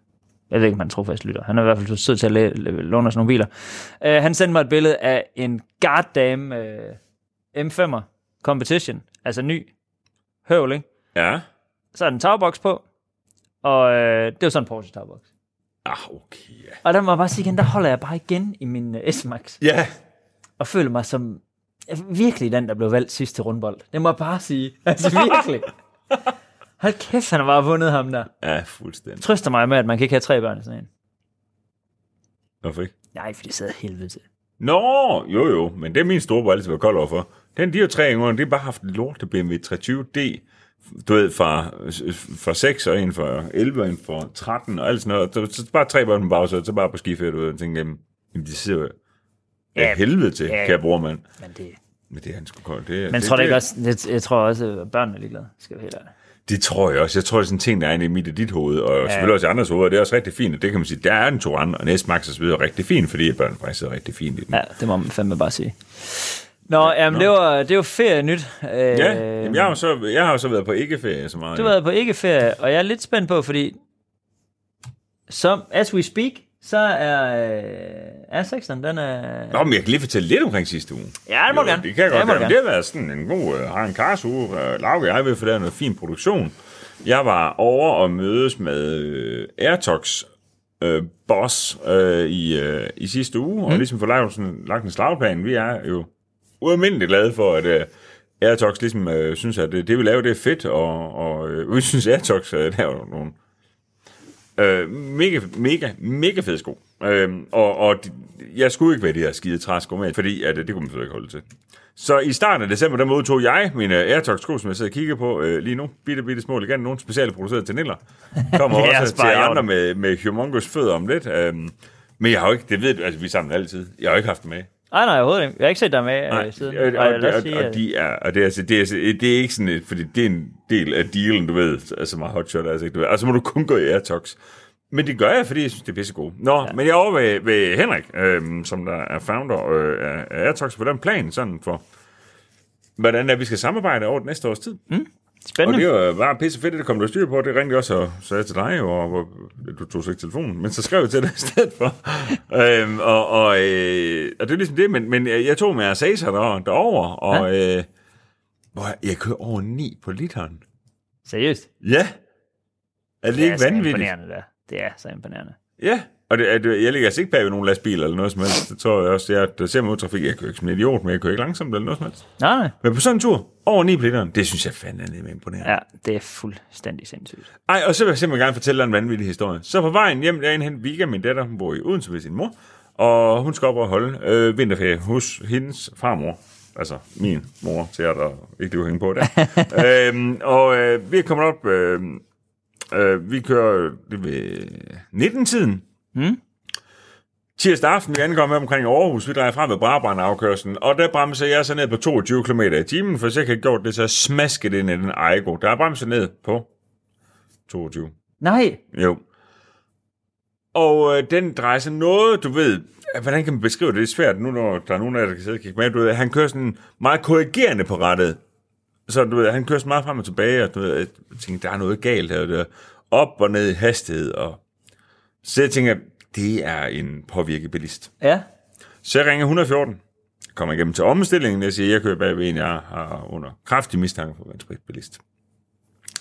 Speaker 2: jeg ved ikke, om han er trofast lytter, han er i hvert fald sød til at læ- låne os nogle biler, øh, han sendte mig et billede af en goddamn øh, M5'er Competition, altså ny høvl, ikke?
Speaker 1: Ja.
Speaker 2: Så er den tagboks på, og øh, det er jo sådan en Porsche tagboks.
Speaker 1: Ah, okay, ja.
Speaker 2: Og der må jeg bare sige igen, der holder jeg bare igen i min øh, S-Max
Speaker 1: Ja,
Speaker 2: og føler mig som virkelig den, der blev valgt sidst til rundbold. Det må jeg bare sige. Altså virkelig. Hold kæft, han har bare vundet ham der.
Speaker 1: ja fuldstændig.
Speaker 2: Trøster mig med, at man kan ikke have tre børn i sådan en.
Speaker 1: Hvorfor ikke?
Speaker 2: Nej, for det sidder helvede til.
Speaker 1: Nå, jo jo, men det er min storebror altid været kold overfor. Den, de her tre yngre, de har bare haft lorte BMW 320D, du ved, fra, fra 6 og en fra 11 og en fra 13 og alt sådan noget. Så, så bare tre børn på bagsædet, så bare på skiferie, du ved, og tænke, jamen, jamen, de sidder jo
Speaker 2: Ja,
Speaker 1: ja, helvede til,
Speaker 2: ja.
Speaker 1: ja. kære bror, mand.
Speaker 2: Men, det,
Speaker 1: Men det er han sgu koldt. Det, er-
Speaker 2: men
Speaker 1: det,
Speaker 2: tror du
Speaker 1: det,
Speaker 2: ikke også, jeg, jeg tror også, at børnene er ligeglade, skal vi helt ærligt.
Speaker 1: Det tror jeg også. Jeg tror, det er sådan en ting, der er inde i mit og dit hoved, og ja. selvfølgelig også i andres hoved, og det er også rigtig fint, og det kan man sige, der er en to andre, og næste max og så videre rigtig fint, fordi børn faktisk sidder rigtig fint i den. Ja,
Speaker 2: Ja, det må man fandme bare sige. Nå, jamen, det, var, det var ferie nyt. Øh,
Speaker 1: ja jamen, jeg, har jo så, jeg har jo så været på ikke-ferie så meget.
Speaker 2: Du
Speaker 1: jo.
Speaker 2: har været på ikke-ferie, og jeg er lidt spændt på, fordi som, as we speak, så er øh, R6'eren, den er,
Speaker 1: Nå, men jeg kan lige fortælle lidt omkring sidste uge.
Speaker 2: Ja, det må du gerne.
Speaker 1: Det kan jeg
Speaker 2: Ja, det
Speaker 1: godt
Speaker 2: må
Speaker 1: ja, det,
Speaker 2: du gerne.
Speaker 1: det har været sådan en god øh, har en kars uge. Øh, Lauke og jeg vil få lavet noget fin produktion. Jeg var over og mødes med øh, Airtox øh, boss øh, i, øh, i sidste uge, mm. og ligesom få lagt, sådan, lagt en slagplan. Vi er jo ualmindeligt glade for, at øh, Airtox ligesom øh, synes, at det, det vi laver, det er fedt, og, og øh, vi synes, Airtox øh, laver nogle Øh, mega, mega, mega fed sko. Øh, og, og de, jeg skulle ikke være i de her skide træsko med, fordi at, øh, det kunne man selvfølgelig ikke holde til. Så i starten af december, der modtog jeg mine øh, Airtox sko, som jeg sidder og kigger på øh, lige nu. Bitte, bitte små legant, nogle specielt produceret til Niller. Kommer
Speaker 2: Ja,
Speaker 1: også til
Speaker 2: spar i orden.
Speaker 1: andre med, med humongous fødder om lidt. Øh, men jeg har jo ikke, det ved du, altså vi er sammen altid. Jeg har jo ikke haft dem med.
Speaker 2: Nej, nej, overhovedet ikke. Jeg har ikke set dig med nej, øh, siden.
Speaker 1: Og, og,
Speaker 2: og, jeg vil
Speaker 1: og,
Speaker 2: også
Speaker 1: og,
Speaker 2: sige,
Speaker 1: og
Speaker 2: at,
Speaker 1: de er, og det er, altså, det er, altså- det er ikke sådan, et- fordi det er en del af dealen, du ved, altså meget hotshot, altså, ikke, du ved. altså må du kun gå i Airtox. Men det gør jeg, fordi jeg synes, det er pissegod. Nå, ja. men jeg er over ved, ved Henrik, øhm, som der er founder øh, af- af Airtox, på den plan, sådan for, hvordan er, vi skal samarbejde over det næste års tid. Og
Speaker 2: spændende.
Speaker 1: det var bare pisse fedt, at det kom du styr på. Det ringte jeg også og sagde til dig, og, og du tog så ikke telefonen, men så skrev jeg til dig i stedet for. øhm, og, og, øh, og det er ligesom det, men, men jeg tog med Asaser der, derover, og øh, hvor jeg, jeg kører over 9 på literen.
Speaker 2: Seriøst.
Speaker 1: Ja, er det, det ikke
Speaker 2: så
Speaker 1: vanvittigt?
Speaker 2: imponerende, der. Det er så imponerende.
Speaker 1: Ja, Og det, at, jeg ligger altså ikke bag ved nogen lastbil eller noget som helst. Det tror jeg også, jeg, der ser modtrafik. Jeg kører ikke som en idiot, men jeg kører ikke langsomt eller noget som helst.
Speaker 2: Nej, nej.
Speaker 1: Men på sådan en tur, over 9 literen, det synes jeg fandme er imponerende.
Speaker 2: Ja, det er fuldstændig sindssygt.
Speaker 1: Ej, og så vil jeg simpelthen gerne fortælle dig en vanvittig historie. Så på vejen hjem, der er en hen Vika, min datter, hun bor i Odense ved sin mor, og hun skal op og holde øh, vinterferie hos hendes farmor. Altså min mor, til jer, der ikke lige hænge på der. øhm, og øh, vi er kommet op, øh, øh, vi kører det ved 19-tiden. Mm. Tirsdag aften, vi ankommer her omkring Aarhus, vi drejer frem ved Brabrand-afkørselen, og der bremser jeg så ned på 22 km i timen, for hvis jeg ikke havde gjort det, så smasket ind i den Aigo. Der er bremset ned på 22.
Speaker 2: Nej,
Speaker 1: Jo. Og øh, den drejer sig noget, du ved, hvordan kan man beskrive det? Det er svært nu, når der er nogen af jer, der kan sidde og kigge med. Du ved, han kører sådan meget korrigerende på rettet. Så du ved, han kører så meget frem og tilbage, og du ved, jeg tænker, der er noget galt her. og Der. Op og ned i hastighed. Og... Så jeg tænker, det er en påvirket bilist.
Speaker 2: ja.
Speaker 1: Så jeg ringer 114. Kommer igennem til omstillingen, jeg siger, jeg kører bagved en, jeg har under kraftig mistanke for at være en spritbilist.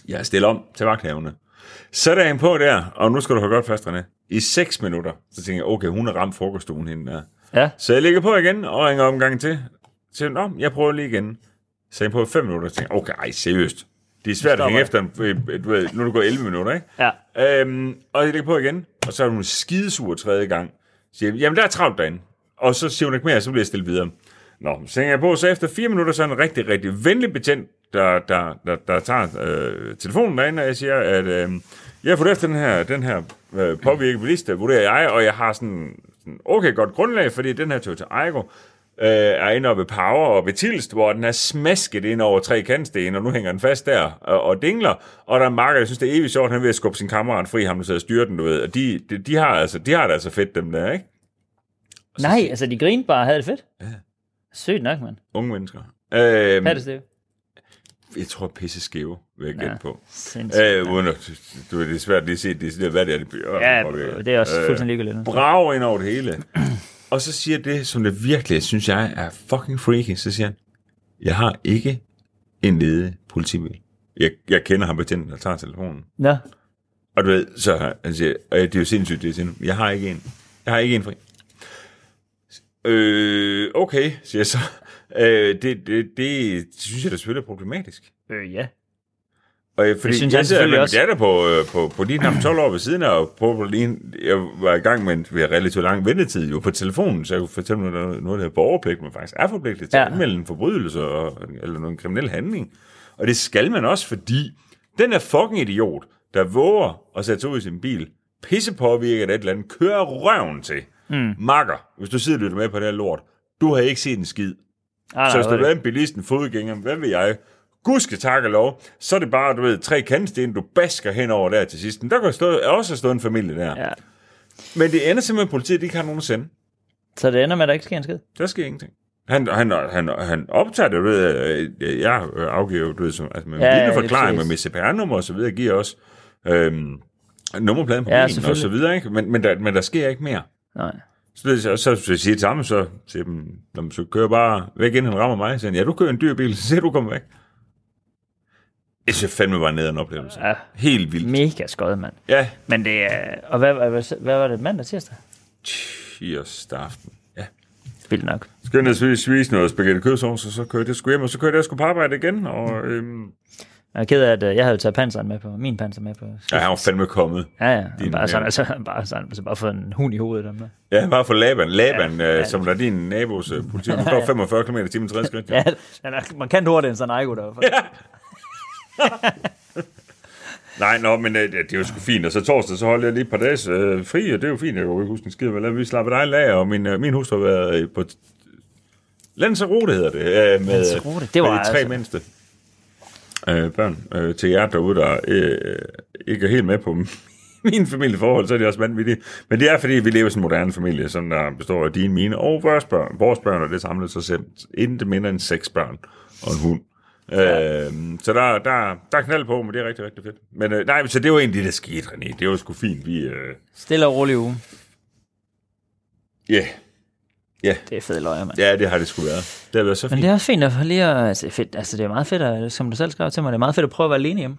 Speaker 1: Jeg stiller om til vagthavene. Så er han på der, og nu skal du have godt fast, René. I 6 minutter, så tænker jeg, okay, hun har ramt frokoststuen hende der.
Speaker 2: Ja,
Speaker 1: Så jeg ligger på igen og ringer om gangen til. Så siger, hun, Nå, jeg prøver lige igen. Så er jeg på 5 minutter, og tænker, jeg, okay, ej, seriøst. Det er svært at hænge efter, en- du ved, nu er det gået 11 minutter, ikke?
Speaker 2: ja.
Speaker 1: Øhm, og jeg lægger på igen, og så er hun skidesur tredje gang. Så Siger, jeg, jamen der er travlt derinde. Og så siger hun ikke mere, så bliver jeg stillet videre. Nå, så hænger jeg på, så efter fire minutter, så er en rigtig, rigtig venlig betjent, der, der, der, der tager øh, telefonen derinde, og jeg siger, at øh, jeg får efter den her, den her øh, påvirket bilist, der vurderer jeg, og jeg har sådan sådan okay godt grundlag, fordi den her Toyota Aygo øh, er inde oppe ved Power og ved Tilst, hvor den er smasket ind over tre kantsten, og nu hænger den fast der og, og dingler, og der er en marker, der synes, det er evigt sjovt, han er ved at skubbe sin kammerat fri, ham der sidder og styrer den, du ved, og de, de, de, har, altså, de har det altså fedt, dem der, ikke?
Speaker 2: Nej, altså de grinede bare og havde det fedt. Ja. Sygt nok, mand.
Speaker 1: Unge mennesker. Øhm,
Speaker 2: Hvad er det, Steve?
Speaker 1: jeg tror, pisse skæve, vil jeg gætte på.
Speaker 2: Sindssygt.
Speaker 1: Øh, uden at, du ved, det er svært lige at se, det, er- hvad det er, øh. det bliver.
Speaker 2: Ja,
Speaker 1: påvirket.
Speaker 2: det er også fuldstændig ligegyldigt.
Speaker 1: brager ind over det hele. Og så siger det, som det virkelig, synes jeg, er fucking freaky. Så siger han, jeg har ikke en ledig politibil. Jeg, jeg kender ham betjenten, der tager telefonen.
Speaker 2: Nå,
Speaker 1: Og du ved, så han siger, og det er jo sindssygt, det jeg siger nu. Jeg har ikke en. Jeg har ikke en fri. Øh, okay, siger jeg så. Øh, det, det, det synes jeg da selvfølgelig er problematisk.
Speaker 2: øh, ja.
Speaker 1: Og jeg, fordi det synes jeg, jeg sidder med
Speaker 2: selvfølgelig
Speaker 1: min
Speaker 2: også.
Speaker 1: datter på, øh, på, på lige knap 12 år ved siden af, og på, på lige, jeg var i gang med en vi har relativt lang ventetid jo på telefonen, så jeg kunne fortælle mig noget, noget der hedder borgerpligt, man faktisk er forpligtet til ja.
Speaker 2: Ja.
Speaker 1: at anmelde en forbrydelse og, eller en kriminel handling. Og det skal man også, fordi den er fucking idiot, der våger at sætte sig ud i sin bil, pisse påvirket af et eller andet, kører røven til. Mm. Makker, hvis du sidder og lytter med på det her lort, du har ikke set en skid.
Speaker 2: Ah,
Speaker 1: Så
Speaker 2: nej,
Speaker 1: hvis
Speaker 2: hvor er
Speaker 1: der
Speaker 2: det.
Speaker 1: er en bilist, en fodgænger, hvad ved jeg, gudske tak og lov, så er det bare, du ved, tre kantsten, du basker henover der til sidst. Men der kan stå, også stå en familie der. Ja.
Speaker 2: Ja.
Speaker 1: Men det ender simpelthen, at politiet ikke har nogen at sende.
Speaker 2: Så det ender med, at der ikke sker en skid.
Speaker 1: Der sker ingenting. Han, han, han, han optager det, du ved, øh, jeg afgiver, jo, du ved, som, altså med
Speaker 2: Ja,
Speaker 1: ja,
Speaker 2: ja,
Speaker 1: en
Speaker 2: lige
Speaker 1: forklaring med
Speaker 2: præcis.
Speaker 1: mit CPR-nummer og så videre, giver også øhm, nummerpladen på
Speaker 2: Ja,
Speaker 1: ja, bilen og
Speaker 2: selvfølgelig.
Speaker 1: så videre, ikke? Men, men, der, men der sker ikke mere.
Speaker 2: Nej.
Speaker 1: Så, det, så, så, så siger det samme, så siger dem, "Nå, men så kører jeg bare væk, inden han rammer mig. Så siger han, ja, du kører en dyr bil, så siger jeg, du kommer væk. Jeg synes fandme var ned en oplevelse.
Speaker 2: Ja.
Speaker 1: Helt vildt.
Speaker 2: Mega skød, mand.
Speaker 1: Ja,
Speaker 2: Men det er... Og hvad, hvad, hvad var det mandag tirsdag?
Speaker 1: tirsdag aften. Ja.
Speaker 2: Vildt nok.
Speaker 1: Så kører jeg ned og spise noget spaghetti kødsovs, og så kører jeg det sgu hjem, og så kører jeg det sgu på arbejde igen. Og, øhm,
Speaker 2: Jeg er ked af, at øh, jeg havde jo taget panseren med på, min panser med på.
Speaker 1: ja, han var fandme kommet.
Speaker 2: Ja, ja. Og
Speaker 1: Din
Speaker 2: bare sådan,
Speaker 1: mand.
Speaker 2: altså, bare sådan, altså bare fået en hund i hovedet. Dem der.
Speaker 1: Ja, bare for Laban. Laban, ja,
Speaker 2: Ja,
Speaker 1: ja.
Speaker 2: ja.
Speaker 1: som der er din nabos øh, politi, han går 45 km i timen 60 skridt.
Speaker 2: Ja, han er markant hurtigere end sådan en Aigo der. Ja.
Speaker 1: Nej, nå, men øh, det er jo sgu fint. Og så torsdag, så holdt jeg lige et par dages øh, fri, og det er jo fint. Jeg kan jo ikke huske en skid, hvad jeg lavede. vi slappede dig af, og min, øh, min hustru har været øh, på... Lanzarote hedder det. Øh, med,
Speaker 2: Lanzarote, det var
Speaker 1: med de tre
Speaker 2: altså-
Speaker 1: mindste øh, børn. Øh, til jer derude, der øh, ikke er helt med på mine familieforhold, så er det også vanvittigt. Men det er, fordi vi lever i sådan en moderne familie, som der består af dine, mine og vores børn. Vores børn, og det samlet sig selv intet mindre end seks børn og en hund. Ja. Øh, så der, der, der er knald på, men det er rigtig, rigtig fedt. Men øh, nej, så det var egentlig det, der skete, René. Det var sgu fint. Vi, øh,
Speaker 2: Stille og rolig uge.
Speaker 1: yeah.
Speaker 2: Det er fedt løjer, mand.
Speaker 1: Ja, det har det sgu været. Det har været så
Speaker 2: Men
Speaker 1: fint.
Speaker 2: det er også fint at få lige at, altså, fedt, altså det er meget fedt, at, som du selv skrev til mig, det er meget fedt at prøve at være alene hjemme.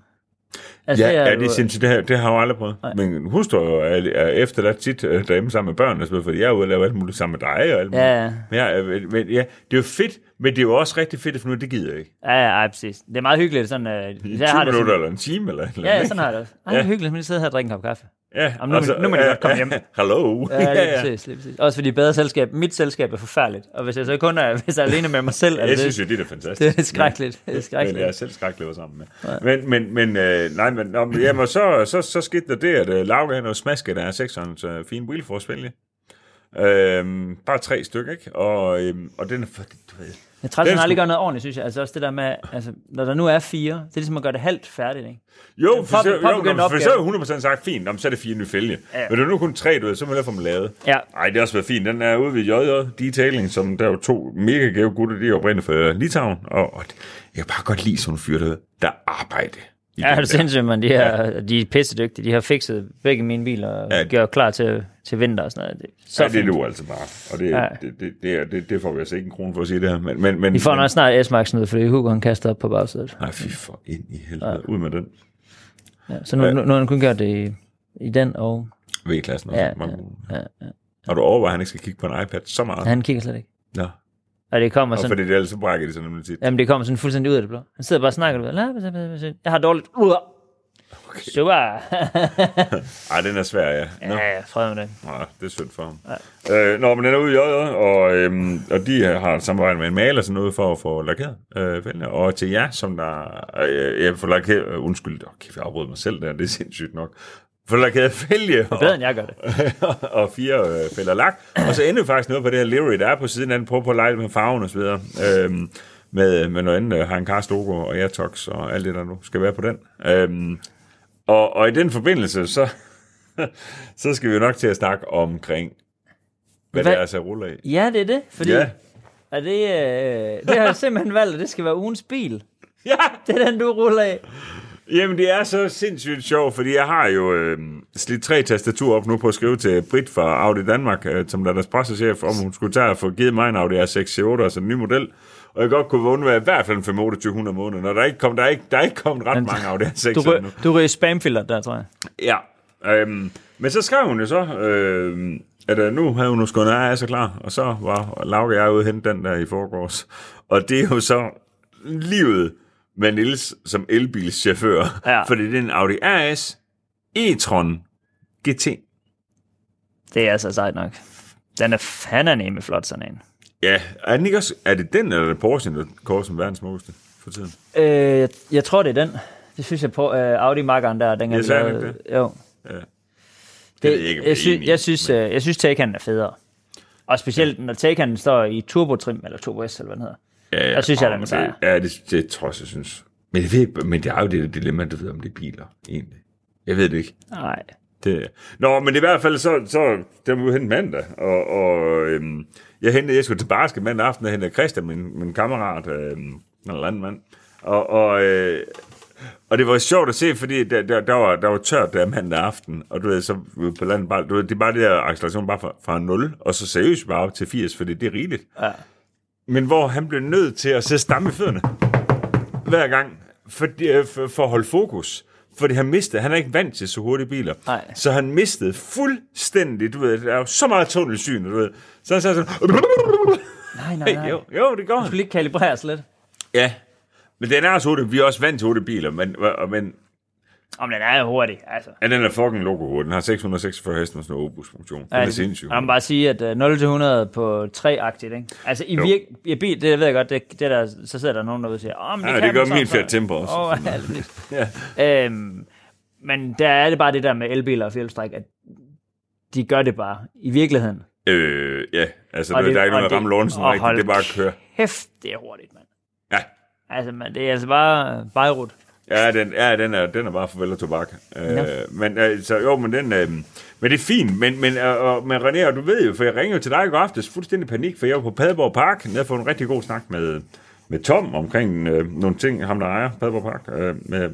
Speaker 2: Altså,
Speaker 1: Ja, det er, ja,
Speaker 2: jo-
Speaker 1: det er sindssygt. Det har, det har jeg jo aldrig prøvet. Nej. Men husk jo, at jeg er efterladt tit øh, derhjemme sammen med børn, og sådan noget, fordi jeg er ude og lave alt muligt sammen med dig og alt muligt.
Speaker 2: Ja, ja.
Speaker 1: Men, jeg, er- men, men, ja, det er jo fedt, men det er jo også rigtig fedt at finde ud af, det gider jeg ikke.
Speaker 2: Ja, ja, ej, præcis. Det er meget hyggeligt. Sådan, øh,
Speaker 1: I
Speaker 2: jeg
Speaker 1: 20
Speaker 2: har det
Speaker 1: minutter
Speaker 2: sådan,
Speaker 1: eller en time eller et eller
Speaker 2: ja,
Speaker 1: andet,
Speaker 2: ja, sådan har jeg det også. Ej, det er hyggeligt, men jeg sidder her og drikker en kop kaffe.
Speaker 1: ikke? Ja,
Speaker 2: Jamen, nu må
Speaker 1: og
Speaker 2: de-
Speaker 1: så-
Speaker 2: nu må de
Speaker 1: ja,
Speaker 2: godt komme
Speaker 1: ja,
Speaker 2: hjem.
Speaker 1: Hallo.
Speaker 2: Ja, lige præcis, lige præcis. Også fordi bedre selskab, mit selskab er forfærdeligt. Og hvis jeg så kun er, hvis jeg er alene med mig selv, er
Speaker 1: Jeg
Speaker 2: det,
Speaker 1: synes
Speaker 2: det,
Speaker 1: jo, det er da fantastisk.
Speaker 2: det er skrækkeligt. Det
Speaker 1: Men
Speaker 2: er
Speaker 1: jeg er
Speaker 2: skrækkeligt.
Speaker 1: selv skræklever sammen med. Men, men, men, øh, nej, men, nå, men jamen, så, så, så skete der det, at øh, Lauke han og smaske der er sekserens øh, fine wheelforspil. Øhm, bare tre stykker, ikke? Og, øhm, og den er for, du ved,
Speaker 2: Jeg træt, at
Speaker 1: den
Speaker 2: han aldrig
Speaker 1: skulle-
Speaker 2: gør noget ordentligt, synes jeg. Altså også det der med, altså, når der nu er fire, det er ligesom at gøre det halvt færdigt, ikke?
Speaker 1: Jo, for,
Speaker 2: pop-
Speaker 1: så, jo,
Speaker 2: påbegyndt
Speaker 1: nå, for så
Speaker 2: opgave.
Speaker 1: er jeg 100% sagt, fint, nå, men så er det fire nye fælge.
Speaker 2: Ja.
Speaker 1: Ja. Men det er nu kun tre, du ved, så må jeg få dem lavet.
Speaker 2: Ja.
Speaker 1: Ej, det har også været fint. Den er ude ved JJ Detailing, som der er jo to mega gave gutter, de er oprindeligt fra øh, Litauen. Og, og det- jeg kan bare godt lide sådan nogle fyre, der, der arbejder. i
Speaker 2: Ja, altså,
Speaker 1: den
Speaker 2: det er
Speaker 1: der.
Speaker 2: sindssygt, man. De, her, de er pissedygtige. De har fikset begge mine biler og ja.
Speaker 1: Ja.
Speaker 2: gjort klar til, til vinter og sådan noget. Det er så
Speaker 1: Ja, det er
Speaker 2: fint.
Speaker 1: det jo altså bare. Og det,
Speaker 2: Ja.
Speaker 1: ja. det, det, det, er- det, det, får vi altså ikke en krone for at sige det her. Men, men, men,
Speaker 2: Vi får
Speaker 1: men,
Speaker 2: nok snart S-Max ned, fordi Hugo han kaster op på bagsædet.
Speaker 1: Nej, fy for ind i helvede. Ud med den.
Speaker 2: Ja, så nu, nu, nu har han kun gjort det i, i den, og
Speaker 1: V-klassen også.
Speaker 2: Ja,
Speaker 1: Ja, ja,
Speaker 2: ja,
Speaker 1: Og du overvejer, at han ikke skal kigge på en iPad så meget. Ja.
Speaker 2: han kigger slet ikke.
Speaker 1: Nå.
Speaker 2: Og det kommer
Speaker 1: Og
Speaker 2: sådan,
Speaker 1: fordi det ellers så brækker de sig nemlig tit.
Speaker 2: jamen, det kommer sådan fuldstændig ud af det blå. Han sidder bare og snakker ud. Jeg har dårligt. Uah.
Speaker 1: Okay.
Speaker 2: Super.
Speaker 1: Ej, den er svær, ja. Nå.
Speaker 2: ja, fred med det.
Speaker 1: Nej, det er synd for ham. Øh, nå, men den er ude i øjet, og, øhm, og de har et samarbejde med en maler sådan noget for at få lakeret øh, fælgene. Og til jer, som der... Øh, jeg får lakeret... øh, Undskyld, oh, kæft, jeg afbrød mig selv der, det er sindssygt nok. Få lakeret fælge og,
Speaker 2: Bedre end jeg gør det.
Speaker 1: og fire øh, fælder lak. Og så ender vi faktisk noget på det her livery, der er på siden af den. Prøv på at lege med farven og så videre. Øhm, med, med noget andet, øh, har en Logo og Airtox og alt det, der nu skal være på den. Øhm, og, og i den forbindelse, så, så skal vi jo nok til at snakke omkring, hvad, hvad?
Speaker 2: Hvad-
Speaker 1: det er, så ruller i.
Speaker 2: Ja, det er det. Fordi
Speaker 1: Ja.
Speaker 2: er det, øh, det har jeg simpelthen valgt, at det skal være ugens bil.
Speaker 1: Ja,
Speaker 2: Det er den, du ruller af.
Speaker 1: jamen det er så sindssygt sjovt, fordi jeg har jo øh, slidt tre tastaturer op nu på at skrive til Britt fra Audi Danmark, øh, som der er deres pressechef, om hun skulle tage og få givet mig en Audi R6 altså en ny model. Og jeg godt kunne undvære i hvert fald en 52800 måneder, når der ikke kom, der er ikke, der er ikke kommet ret mange Audi
Speaker 2: Du,
Speaker 1: R6 nu.
Speaker 2: rø- du ryger spamfilter der, tror jeg.
Speaker 1: Ja. Øhm, men så skrev hun jo så, øhm, at øh, nu havde hun jo skåret, nej, jeg er så klar. Og så var Lauke og jeg ude og hente den der i forgårs. Og det er jo så livet med Nils som elbilschauffør.
Speaker 2: Ja.
Speaker 1: Fordi det er en Audi RS e-tron GT.
Speaker 2: Det er altså sejt nok. Den er fandme flot, sådan en.
Speaker 1: Ja, er, den ikke også, er det den eller er det Porsche, der kårer som verdens smukkeste for tiden?
Speaker 2: Øh, jeg, jeg tror, det er den. Det synes jeg på øh, Audi-makkeren der, den
Speaker 1: Jeg sagde ikke det.
Speaker 2: Jo.
Speaker 1: Ja. Det,
Speaker 2: Det,
Speaker 1: ved jeg ikke, om
Speaker 2: jeg,
Speaker 1: er
Speaker 2: sy-
Speaker 1: enig i,
Speaker 2: jeg, synes, øh, jeg synes, Taycan er federe. Og specielt, ja. når Taycan står i turbotrim, eller turbo S, eller hvad den hedder.
Speaker 1: Ja, ja.
Speaker 2: Der synes jeg,
Speaker 1: Åh,
Speaker 2: den
Speaker 1: men
Speaker 2: sejrer.
Speaker 1: det- Ja, det, det tror jeg, jeg synes. Men, jeg ved, ikke- men det er jo det der dilemma, du ved, om det er biler, egentlig. Jeg ved det ikke.
Speaker 2: Nej.
Speaker 1: Det. Nå, men i hvert fald, så, så der var hente mandag, og, og øhm, jeg, hentede, jeg skulle til basket mandag aften, og hentede Christian, min, min kammerat, øhm, eller anden mand, og, og, øh, og det var sjovt at se, fordi der, der, der, var, der var tørt der mandag aften, og du ved, så ude på landet, bare, du ved, det er bare det der acceleration bare fra, fra 0, og så seriøst bare op til 80, fordi det er rigeligt. Ja. Men hvor han blev nødt til at sætte stamme i fødderne hver gang, for, for, for at holde fokus. Fordi han mistede, han er ikke vant til så hurtige biler.
Speaker 2: Nej.
Speaker 1: Så han mistede fuldstændig, du ved, der er jo så meget tunnelsyn, du ved. Så han sagde sådan,
Speaker 2: Nej, nej, nej.
Speaker 1: jo, jo, det går
Speaker 2: Du
Speaker 1: han.
Speaker 2: skal lige kalibreres lidt.
Speaker 1: Ja, men den er også hurtig, vi er også vant til hurtige biler, men, og- men
Speaker 2: Om den er jo hurtig, altså.
Speaker 1: ja, den er fucking loco hurtig. Den har 646 heste med sådan en opus-funktion. Ja,
Speaker 2: Ja,
Speaker 1: det er sindssygt.
Speaker 2: Jeg må Altså, bare sige, at øh, 0-100 på 3-agtigt, ikke? Altså, i, virk, i bil, det ved jeg godt, det, det der, så sidder der nogen derude og siger, åh, men det,
Speaker 1: Ja,
Speaker 2: kan
Speaker 1: det gør
Speaker 2: man
Speaker 1: min
Speaker 2: sådan,
Speaker 1: Fiat Tempo også.
Speaker 2: Åh, alt vildt. øhm, men der er det bare det der med elbiler og fjælstræk, at de gør det bare i virkeligheden.
Speaker 1: Øh, ja, altså,
Speaker 2: Og
Speaker 1: du ved,
Speaker 2: det-
Speaker 1: der er ikke
Speaker 2: og
Speaker 1: noget at
Speaker 2: det-
Speaker 1: ramme Lånesen
Speaker 2: og
Speaker 1: rigtigt,
Speaker 2: hold
Speaker 1: det er bare at køre.
Speaker 2: Hæft, det er hurtigt, mand.
Speaker 1: Ja,
Speaker 2: Altså, man, det er altså bare Beirut.
Speaker 1: Ja, den, ja, den, er, den er bare farvel og tobak. Øh, men, altså, jo, men, den, øh, men det er fint. Men, men, øh, og, men René, og du ved jo, for jeg ringede jo til dig i går aftes fuldstændig panik, for jeg var på Padborg Park. Jeg havde fået en rigtig god snak med, med Tom omkring øh, nogle ting, ham der ejer Padborg Park. Øh, med,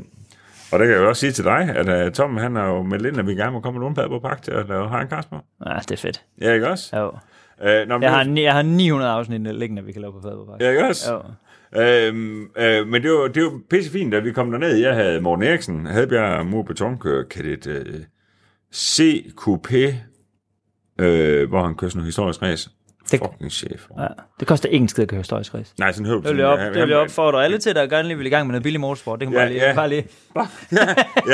Speaker 1: og det kan jeg jo også sige til dig, at øh, Tom han har jo meldt ind, at vi gerne må komme og låne Padborg Park til at lave Harry Kasper.
Speaker 2: Ja, det er fedt.
Speaker 1: Ja, ikke også?
Speaker 2: Jo.
Speaker 1: Øh, når
Speaker 2: Jeg har, ni- jeg har 900 afsnit liggende, vi kan lave på Faderpark.
Speaker 1: Ja, ikke også?
Speaker 2: Jo.
Speaker 1: Øhm, øh, men det var, det var pissefint, da vi kom derned. Jeg havde Morten Eriksen, Hadbjerg, Mur Betonkører, kadet øh, C-Coupé, øh, hvor han kører sådan en historisk race.
Speaker 2: Det-
Speaker 1: Fucking chef. Ja.
Speaker 2: Ja. Det koster ingen skid at køre historisk race.
Speaker 1: Nej, sådan øh, høvd.
Speaker 2: Det vil jeg, op, det vil jeg opfordre alle til, der gerne lige vil i gang med noget billig motorsport. Det kan man
Speaker 1: Ja,
Speaker 2: bare lige,
Speaker 1: ja.
Speaker 2: bare lige.